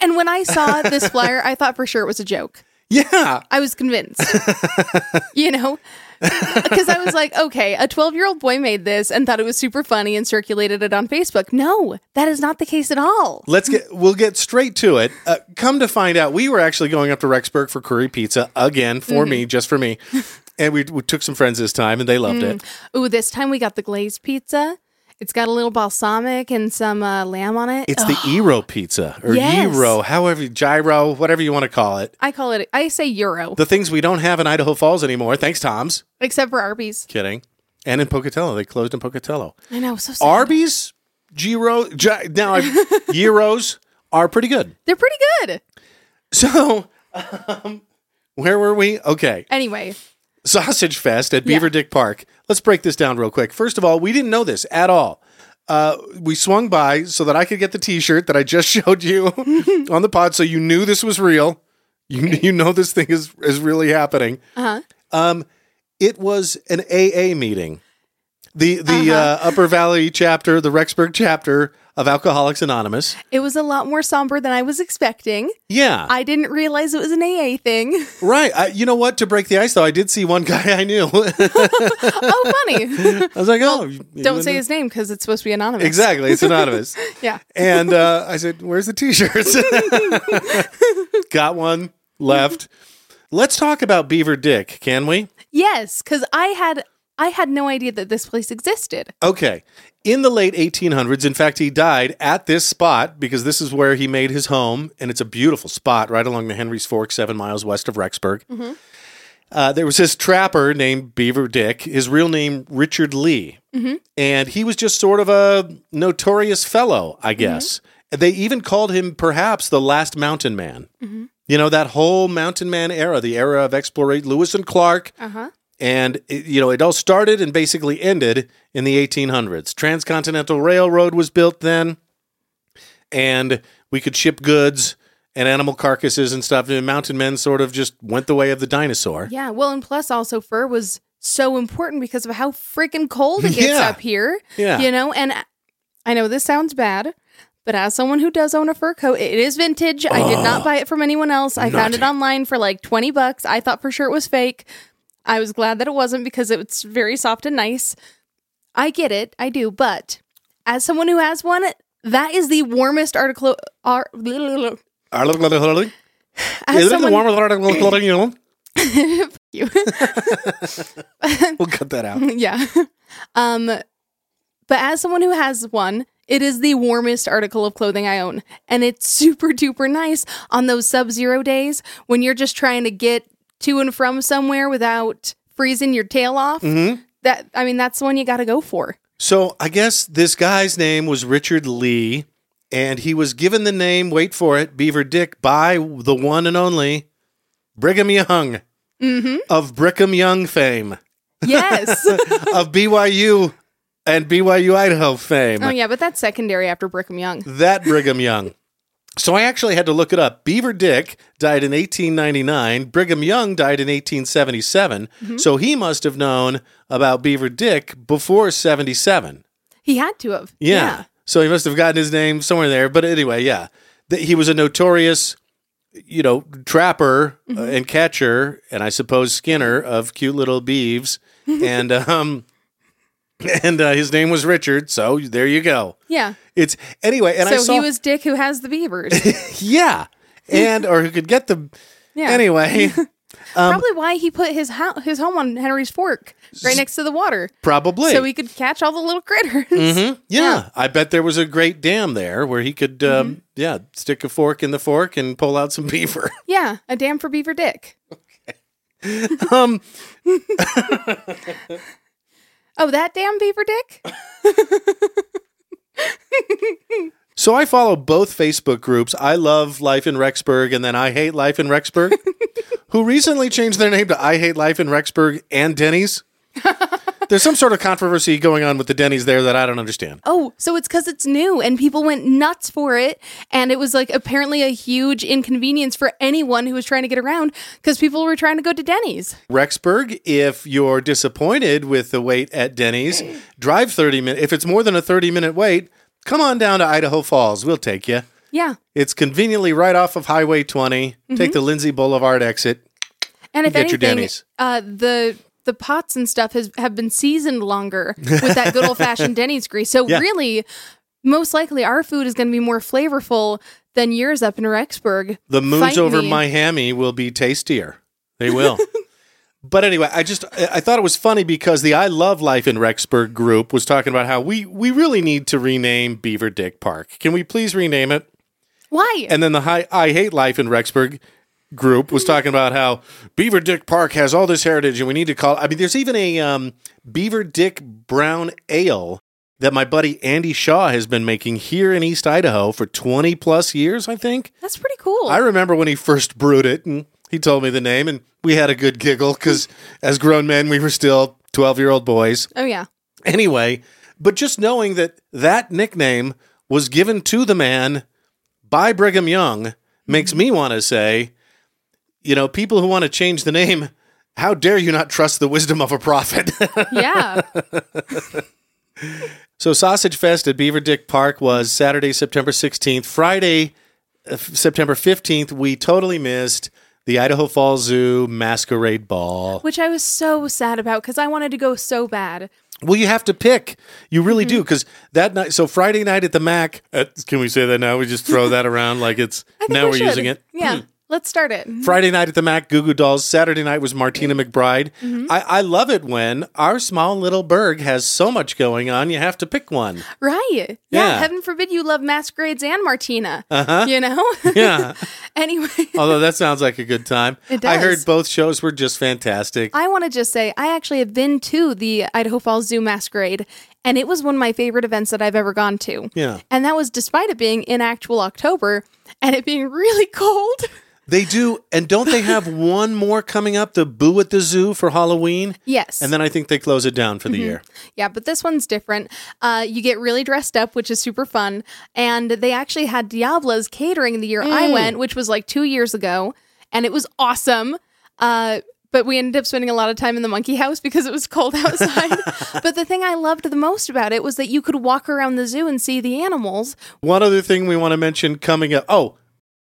S2: And when I saw this flyer, I thought for sure it was a joke.
S1: Yeah.
S2: I was convinced, you know, because I was like, okay, a 12 year old boy made this and thought it was super funny and circulated it on Facebook. No, that is not the case at all.
S1: Let's get, we'll get straight to it. Uh, come to find out, we were actually going up to Rexburg for curry pizza again for me, just for me. And we, we took some friends this time and they loved it.
S2: Ooh, this time we got the glazed pizza. It's got a little balsamic and some uh, lamb on it.
S1: It's the Eero pizza or
S2: Yes.
S1: Eero, however, gyro, whatever you want to call it.
S2: I call it. I say euro,
S1: The things we don't have in Idaho Falls anymore. Thanks, Tom's.
S2: except for Arby's.
S1: Kidding. And in Pocatello, they closed in Pocatello.
S2: I know, so sad.
S1: Arby's, Giro, Gi- now I've, Euros are pretty good.
S2: they're pretty good.
S1: So, um, where were we? Okay,
S2: Anyway,
S1: Sausage Fest at Beaver Dick Park. Let's break this down real quick. First of all, we didn't know this at all. Uh, we swung by so that I could get the T-shirt that I just showed you on the pod, so you knew this was real. You you know this thing is is really happening. Um,
S2: uh-huh.
S1: it was an AA meeting. The the uh
S2: Uh-huh.
S1: Upper Valley chapter, the Rexburg chapter of Alcoholics Anonymous.
S2: it was a lot more somber than I was expecting.
S1: Yeah,
S2: I didn't realize it was an AA thing.
S1: right. I, you know what? To break the ice, though, I did see one guy I knew. I
S2: oh, funny!
S1: was like, oh, you- you
S2: Don't say
S1: know-
S2: his name because it's supposed to be anonymous.
S1: exactly. It's anonymous.
S2: Yeah.
S1: and uh, I said, "Where's the t-shirts?" Got one left. Let's talk about Beaver Dick, can we?
S2: Yes, because I had I had no idea that this place existed.
S1: Okay. In the late 1800s, in fact, he died at this spot because this is where he made his home, and it's a beautiful spot right along the Henry's Fork, seven miles west of Rexburg. uh, there was this trapper named Beaver Dick, his real name Richard Lee, and he was just sort of a notorious fellow, I guess. They even called him perhaps the last mountain man. You know that whole mountain man era, the era of exploration, Lewis and Clark,
S2: Uh-huh.
S1: and it, you know it all started and basically ended in the 1800s. Transcontinental Railroad was built then, and we could ship goods and animal carcasses and stuff. And mountain men sort of just went the way of the dinosaur.
S2: Yeah. Well, and plus also fur was so important because of how freaking cold it gets
S1: Yeah.
S2: up here.
S1: Yeah.
S2: You know, and I- I know this sounds bad, but as someone who does own a fur coat, it is vintage. I did
S1: Oh.
S2: not buy it from anyone else. I found it online for like 20 bucks. I thought for sure it was fake. I was glad that it wasn't because it's very soft and nice. I get it. I do. But as someone who has one, that is the warmest article. Ar- as someone,
S1: we'll
S2: you.
S1: cut that out.
S2: yeah. Um, but as someone who has one, it is the warmest article of clothing I own. And it's super duper nice on those sub zero days when you're just trying to get to and from somewhere without freezing your tail off.
S1: Mm-hmm.
S2: That I mean, that's the one you got to go for.
S1: So I guess this guy's name was Richard Lee, and he was given the name, wait for it, Beaver Dick, by the one and only Brigham Young of Brigham Young fame,
S2: Yes.
S1: of BYU and BYU Idaho fame.
S2: oh, yeah, but that's secondary after Brigham Young.
S1: that Brigham Young. So I actually had to look it up. Beaver Dick died in 1899. Brigham Young died in 1877.
S2: Mm-hmm.
S1: So he must have known about Beaver Dick before 77.
S2: He had to have.
S1: Yeah. So he must have gotten his name somewhere there. But anyway, yeah. Th- He was a notorious, you know, trapper uh,
S2: Mm-hmm.
S1: and catcher, and I suppose skinner of cute little beeves. and um, and uh, his name was Richard. So there you go.
S2: Yeah.
S1: It's anyway, and I
S2: so
S1: saw
S2: he was Dick who has the beavers.
S1: yeah. And or who could get the
S2: Yeah.
S1: anyway. um,
S2: Probably why he put his ho- his home on Henry's Fork, right next to the water.
S1: Probably.
S2: so he could catch all the little critters.
S1: Mhm. yeah. I bet there was a great dam there where he could um, yeah, stick a fork in the fork and pull out some beaver.
S2: Yeah, a dam for Beaver Dick.
S1: um
S2: Oh, that damn Beaver Dick?
S1: so I follow both Facebook groups. I love Life in Rexburg and then I Hate Life in Rexburg, who recently changed their name to I Hate Life in Rexburg and Denny's. There's some sort of controversy going on with the Denny's there that I don't understand.
S2: Oh, so it's because it's new and people went nuts for it. And it was like apparently a huge inconvenience for anyone who was trying to get around because people were trying to go to Denny's.
S1: Rexburg, if you're disappointed with the wait at Denny's, drive 30 minutes. If it's more than a 30 minute wait, come on down to Idaho Falls. We'll take you.
S2: Yeah.
S1: It's conveniently right off of Highway 20.
S2: Mm-hmm.
S1: Take the Lindsay Boulevard exit.
S2: And if
S1: Get your
S2: anything,
S1: Denny's.
S2: uh, the the pots and stuff has have been seasoned longer with that good old fashioned Denny's grease. So
S1: Yeah.
S2: really, most likely our food is going to be more flavorful than yours up in Rexburg.
S1: The moons
S2: Fight
S1: over
S2: me.
S1: Miami will be tastier. They will. but anyway, I just I I thought it was funny because the I Love Life in Rexburg group was talking about how we we really need to rename Beaver Dick Park. Can we please rename it?
S2: Why?
S1: And then the high, I Hate Life in Rexburg group was talking about how Beaver Dick Park has all this heritage and we need to call I mean, there's even a um, Beaver Dick Brown Ale that my buddy Andy Shaw has been making here in East Idaho for 20 plus years, I think.
S2: That's pretty cool.
S1: I remember when he first brewed it and he told me the name and we had a good giggle because as grown men, we were still 12 year old boys.
S2: oh yeah.
S1: Anyway, but just knowing that that nickname was given to the man by Brigham Young makes me want to say, you know, people who want to change the name, how dare you not trust the wisdom of a prophet?
S2: Yeah.
S1: so, Sausage Fest at Beaver Dick Park was Saturday, September 16th. Friday, uh, f- September 15th, we totally missed the Idaho Falls Zoo Masquerade Ball.
S2: which I was so sad about because I wanted to go so bad.
S1: Well, you have to pick. You really do
S2: Mm-hmm.
S1: because that night. So Friday night at the Mac. Uh, can we say that now? We just throw that around like it's
S2: I think
S1: now
S2: we
S1: are
S2: should.
S1: using it. Hmm.
S2: Yeah. Let's start it.
S1: Friday night at the Mac, Goo Goo Dolls. Saturday night was Martina
S2: Mm-hmm.
S1: McBride. I, I love it when our small little burg has so much going on, you have to pick one.
S2: Right. Yeah.
S1: Yeah.
S2: Heaven forbid you love masquerades and Martina. Uh-huh. You know?
S1: Yeah.
S2: anyway,
S1: Although that sounds like a good time.
S2: It
S1: I
S2: does.
S1: heard both shows were just fantastic.
S2: I want to just say I actually have been to the Idaho Falls Zoo Masquerade, and it was one of my favorite events that I've ever gone to.
S1: Yeah.
S2: And that was despite it being in actual October and it being really cold.
S1: They do. And don't they have one more coming up, the Boo at the Zoo for Halloween?
S2: Yes. Mm-hmm.
S1: And then I think they close it down for the year.
S2: Yeah, but this one's different. Uh, you get really dressed up, which is super fun. And they actually had Diablo's catering the year I went, which was like two years ago, and it was awesome. Uh, but we ended up spending a lot of time in the monkey house because it was cold outside. but the thing I loved the most about it was that you could walk around the zoo and see the animals.
S1: One other thing we want to mention coming up. Oh,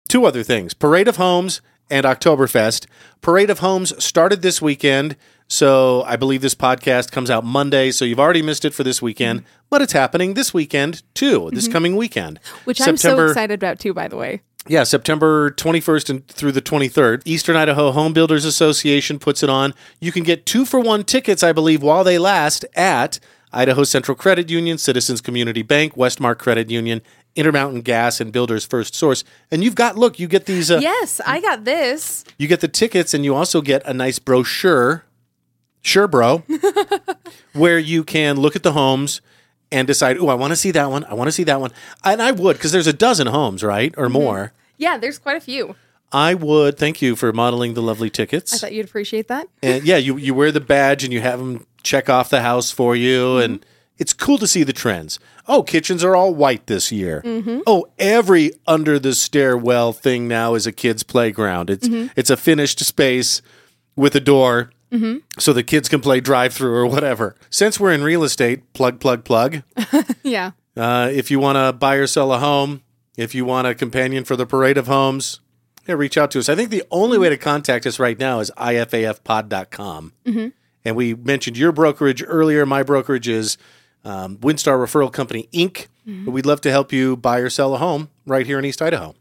S1: two other things Parade of Homes and Oktoberfest. Parade of Homes started this weekend. So I believe this podcast comes out Monday. So you've already missed it for this weekend,
S2: Mm-hmm.
S1: but it's happening this weekend too, this coming weekend.
S2: Which I'm so excited about too, by the way.
S1: Yeah, September 21st and through the 23rd, Eastern Idaho Home Builders Association puts it on. You can get two for one tickets, I believe, while they last at Idaho Central Credit Union, Citizens Community Bank, Westmark Credit Union, Intermountain Gas, and Builders First Source. And you've got look, you get these, uh,
S2: Yes, I got this.
S1: you get the tickets, and you also get a nice brochure, sure, bro, where you can look at the homes. And decide, oh, I want to see that one. I want to see that one. And I would, because there's a dozen homes, right? Or more.
S2: Yeah, there's quite a few.
S1: I would thank you for modeling the lovely
S2: I
S1: tickets.
S2: thought you'd appreciate that.
S1: and yeah, you you wear the badge and you have them check off the house for you,
S2: Mm-hmm.
S1: and it's cool to see the trends. Oh, kitchens are all white this year.
S2: Mm-hmm.
S1: Oh, every under the stairwell thing now is a kid's playground. It's
S2: Mm-hmm.
S1: it's a finished space with a door.
S2: Mm-hmm.
S1: So the kids can play drive through or whatever. Since we're in real estate, plug, plug, plug.
S2: Yeah.
S1: Uh, if you want to buy or sell a home, if you want a companion for the parade of homes, yeah, reach out to us. I think the only way to contact us right now is ifafpod.com. Mm-hmm. And we mentioned your brokerage earlier. My brokerage is um, Windstar Referral Company, Inc. But we'd love to help you buy or sell a home right here in East Idaho.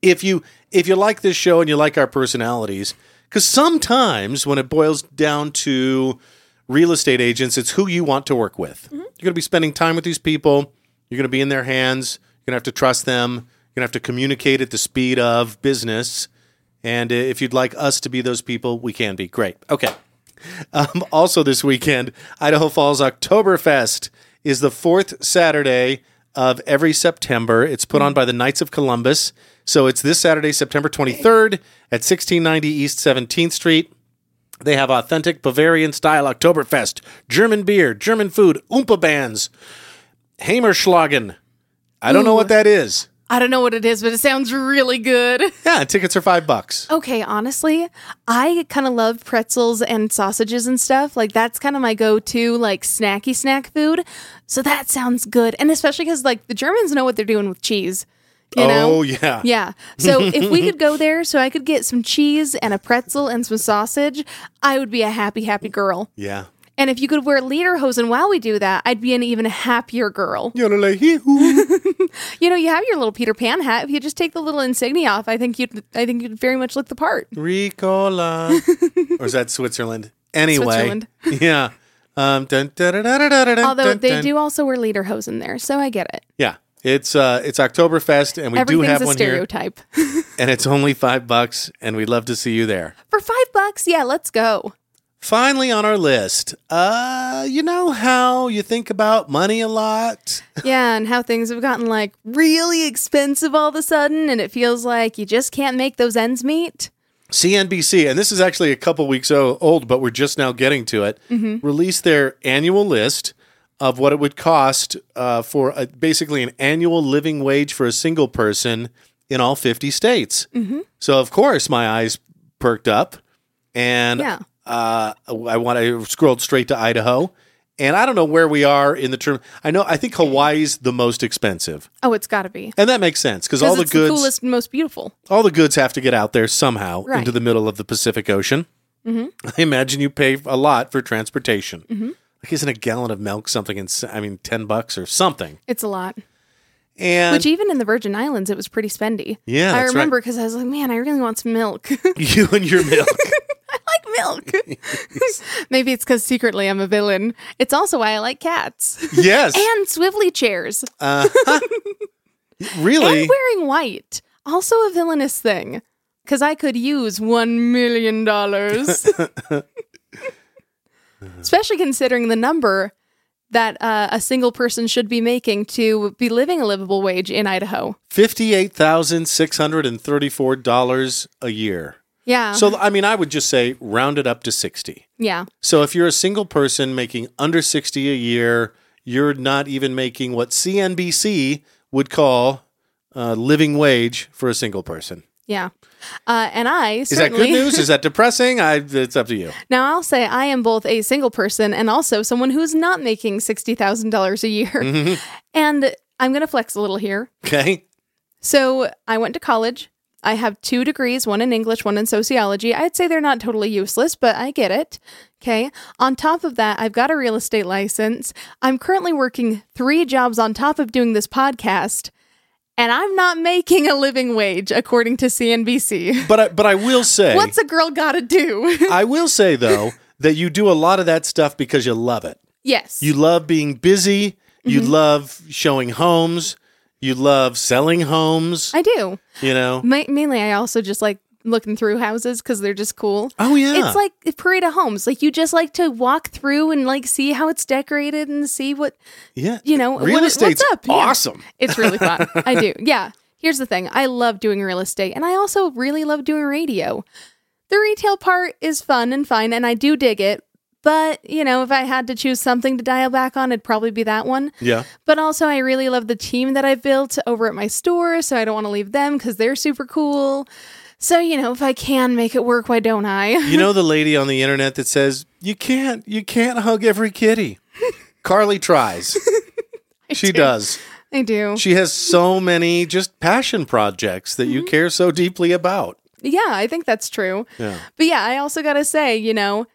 S1: If you if you like this show and you like our personalities, because sometimes when it boils down to real estate agents, it's who you want to work with. You're going to be spending time with these people. You're going to be in their hands. You're going to have to trust them. You're going to have to communicate at the speed of business. And uh, if you'd like us to be those people, we can be. Great. Okay. Um, also, this weekend, Idaho Falls Oktoberfest is the fourth Saturday of every September. It's put on by the Knights of Columbus. So it's this Saturday, September 23rd at 1690 East 17th Street. They have authentic Bavarian style Oktoberfest, German beer, German food, Oompa bands, Hammerschlagen. I don't know what that is.
S2: I don't know what it is, but it sounds really good.
S1: Yeah, tickets are five bucks.
S2: Okay, honestly, I kind of love pretzels and sausages and stuff. Like that's kind of my go-to like snacky snack food. So that sounds good, and especially because like the Germans know what they're doing with cheese. You know?
S1: Oh, yeah.
S2: Yeah. So if we could go there, so I could get some cheese and a pretzel and some sausage, I would be a happy, happy girl.
S1: Yeah.
S2: And if you could wear lederhosen while we do that, I'd be an even happier girl.
S1: Yodelay, hee-hoo.
S2: You know, you have your little Peter Pan hat. If you just take the little insignia off, I think you'd, I think you'd very much look the part.
S1: Ricola. or is that Switzerland? Anyway.
S2: Switzerland.
S1: yeah. Um, dun, dun, dun, dun, dun, dun,
S2: Although
S1: dun,
S2: they
S1: dun.
S2: do also wear lederhosen there, so I get it.
S1: Yeah. It's uh it's Oktoberfest and we do
S2: Everything's
S1: have
S2: a
S1: one here
S2: stereotype.
S1: and it's only 5 bucks and we'd love to see you there.
S2: For five bucks, yeah, let's go.
S1: Finally on our list. Uh you know how you think about money a lot?
S2: Yeah, and how things have gotten like really expensive all of a sudden, and it feels like you just can't make those ends meet.
S1: CNBC, and this is actually a couple weeks o- old, but we're just now getting to it,
S2: Mm-hmm.
S1: released their annual list of what it would cost uh, for a, basically an annual living wage for a single person in all 50 states.
S2: Mm-hmm.
S1: So, of course, my eyes perked up and
S2: Yeah.
S1: uh, I want I scrolled straight to Idaho. And I don't know where we are in the term. I know I think Hawaii's the most expensive,
S2: Oh, it's got to be
S1: and that makes sense because all
S2: because
S1: the
S2: it's
S1: goods,
S2: the coolest and most beautiful.
S1: all the goods have to get out there somehow
S2: Right. Mm-hmm.
S1: into the middle of the Pacific Ocean. I imagine you pay a lot for transportation. Like, isn't a gallon of milk something? In, I mean, ten bucks or something.
S2: It's a lot.
S1: And
S2: Which even in the Virgin Islands, it was pretty spendy.
S1: Yeah,
S2: I
S1: that's right.
S2: remember because I was like, man, I really want some milk. I
S1: you and your milk.
S2: like milk. Maybe it's because secretly I'm a villain. It's also why I like cats
S1: yes.
S2: and swivelly chairs
S1: really?
S2: and wearing white. Also a villainous thing because I could use one million dollars, especially considering the number that uh, a single person should be making to be living a livable wage in Idaho.
S1: $58,634 a year.
S2: Yeah.
S1: So, I mean, I would just say round it up to 60.
S2: yeah.
S1: So, if you're a single person making under 60 a year, you're not even making what CNBC would call uh, living wage for a single person.
S2: Yeah. Uh, and I
S1: Is that good
S2: certainly
S1: news? Is that depressing? I, it's up to you.
S2: now I'll say I am both a single person and also someone who's not making sixty thousand dollars a year.
S1: Mm-hmm.
S2: And I'm gonna flex a little here.
S1: Okay.
S2: So I went to college. I have two degrees, one in English, one in sociology. I'd say they're not totally useless, but I get it. Okay. On top of that, I've got a real estate license. I'm currently working three jobs on top of doing this podcast, and I'm not making a living wage according to CNBC.
S1: But I, but I will say,
S2: What's a girl gotta do?
S1: I will say though that you do a lot of that stuff because you love it.
S2: yes.
S1: You love being busy. You
S2: Mm-hmm.
S1: love showing homes. You love selling homes.
S2: I do.
S1: you know.
S2: Ma- mainly, I also just like looking through houses because they're just cool.
S1: Oh yeah.
S2: It's like Parade Homes. Like you just like to walk through and like see how it's decorated and see what
S1: yeah.
S2: you know,
S1: real
S2: what- what's
S1: estate's
S2: up? Yeah.
S1: awesome.
S2: it's really fun. I do. Yeah. Here's the thing. I love doing real estate and I also really love doing radio. The retail part is fun and fine and I do dig it. But, you know, if I had to choose something to dial back on, it'd probably be that one.
S1: Yeah.
S2: But also, I really love the team that I've built over at my store, so I don't want to leave them because they're super cool. So, you know, if I can make it work, why don't I?
S1: You know the lady on the internet that says you can't you can't hug every kitty. Carly tries. she does.
S2: I do.
S1: She has so many just passion projects that you care so deeply about.
S2: Yeah, I think that's true.
S1: Yeah.
S2: But yeah, I also got to say, you know,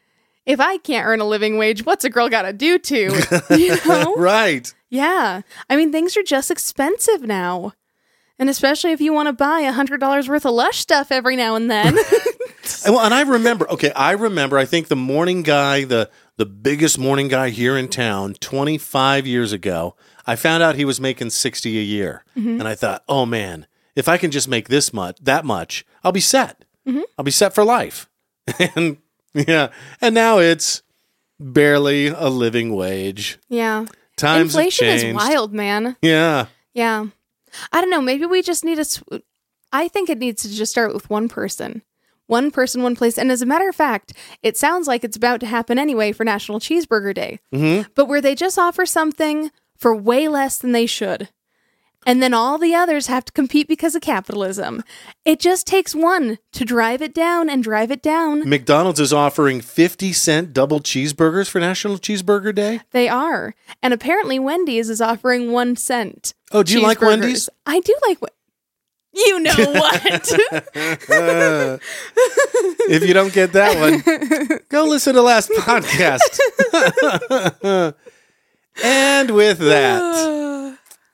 S2: if I can't earn a living wage, what's a girl got to do to? you know?
S1: Right.
S2: Yeah. I mean, things are just expensive now. And especially if you want to buy a $100 worth of lush stuff every now and then.
S1: And, well, and I remember. Okay, I remember. I think the morning guy, the the biggest morning guy here in town, twenty five years ago, I found out he was making sixty a year,
S2: Mm-hmm.
S1: and I thought, oh man, if I can just make this much, that much, I'll be set.
S2: Mm-hmm.
S1: I'll be set for life. and yeah, and now it's barely a living wage.
S2: yeah.
S1: Times
S2: Inflation
S1: have
S2: is
S1: changed.
S2: wild, man.
S1: Yeah,
S2: Yeah. I don't know. Maybe we just need a. Sw- I think it needs to just start with one person. One person, one place. And as a matter of fact, it sounds like it's about to happen anyway for National Cheeseburger Day.
S1: Mm-hmm.
S2: But where they just offer something for way less than they should. And then all the others have to compete because of capitalism. It just takes one to drive it down and drive it down.
S1: McDonald's is offering fifty cent double cheeseburgers for National Cheeseburger Day.
S2: They are. And apparently Wendy's is offering one cent.
S1: Oh, do you like
S2: cheeseburgers.
S1: Wendy's?
S2: I do like what you know what.
S1: if you don't get that one, go listen to last podcast. and with that,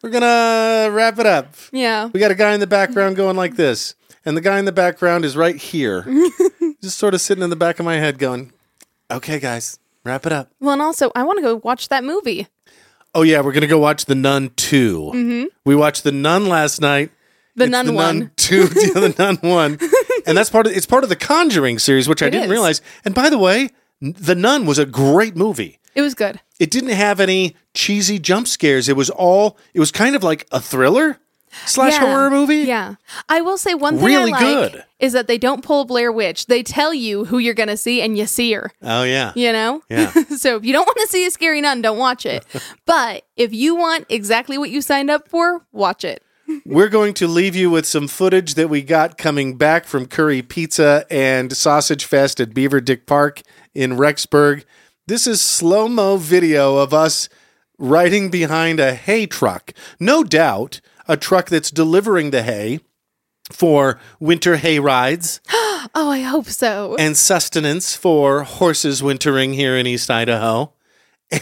S1: we're going to wrap it up.
S2: yeah.
S1: We got a guy in the background going like this, and the guy in the background is right here, just sort of sitting in the back of my head going, okay, guys, wrap it up.
S2: Well, and also I want to go watch that movie.
S1: Oh, yeah, we're going to go watch The Nun 2. We watched The Nun last night.
S2: The
S1: It's
S2: Nun
S1: the
S2: one.
S1: Nun two, the Nun one, and that's part of it's part of the Conjuring series, which I didn't
S2: is.
S1: realize. And by the way, N- the Nun was a great movie.
S2: It was good.
S1: It didn't have any cheesy jump scares. It was all it was kind of like a thriller slash
S2: Yeah.
S1: horror movie.
S2: Yeah. I will say one thing
S1: Really
S2: I like
S1: good.
S2: is that they don't pull Blair Witch. They tell you who you're going to see and you see her,
S1: Oh yeah.
S2: you know?
S1: Yeah.
S2: so if you don't want to see a scary nun, don't watch it. but if you want exactly what you signed up for, watch it.
S1: We're going to leave you with some footage that we got coming back from Curry Pizza and Sausage Fest at Beaver Dick Park in Rexburg. This is slow mo video of us riding behind a hay truck. No doubt a truck that's delivering the hay for winter hay rides
S2: Oh, I hope so.
S1: and sustenance for horses wintering here in East Idaho.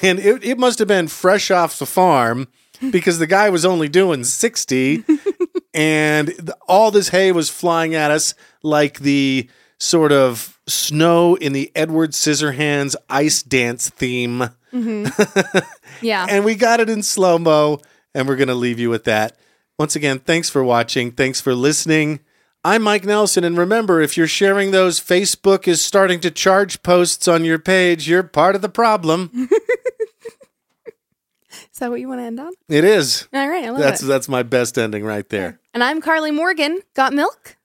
S1: And it, it must have been fresh off the farm because the guy was only doing 60 and th- all this hay was flying at us like the sort of snow in the Edward Scissorhands ice dance theme.
S2: Yeah.
S1: And we got it in slow mo, and we're going to leave you with that. Once again, thanks for watching. Thanks for listening. I'm Mike Nelson, and remember if you're sharing those Facebook is starting to charge posts on your page, you're part of the problem.
S2: Is that what you want to end on?
S1: It is.
S2: All right. I love
S1: That's
S2: it.
S1: that's my best ending right there.
S2: and I'm Carly Morgan. Got milk?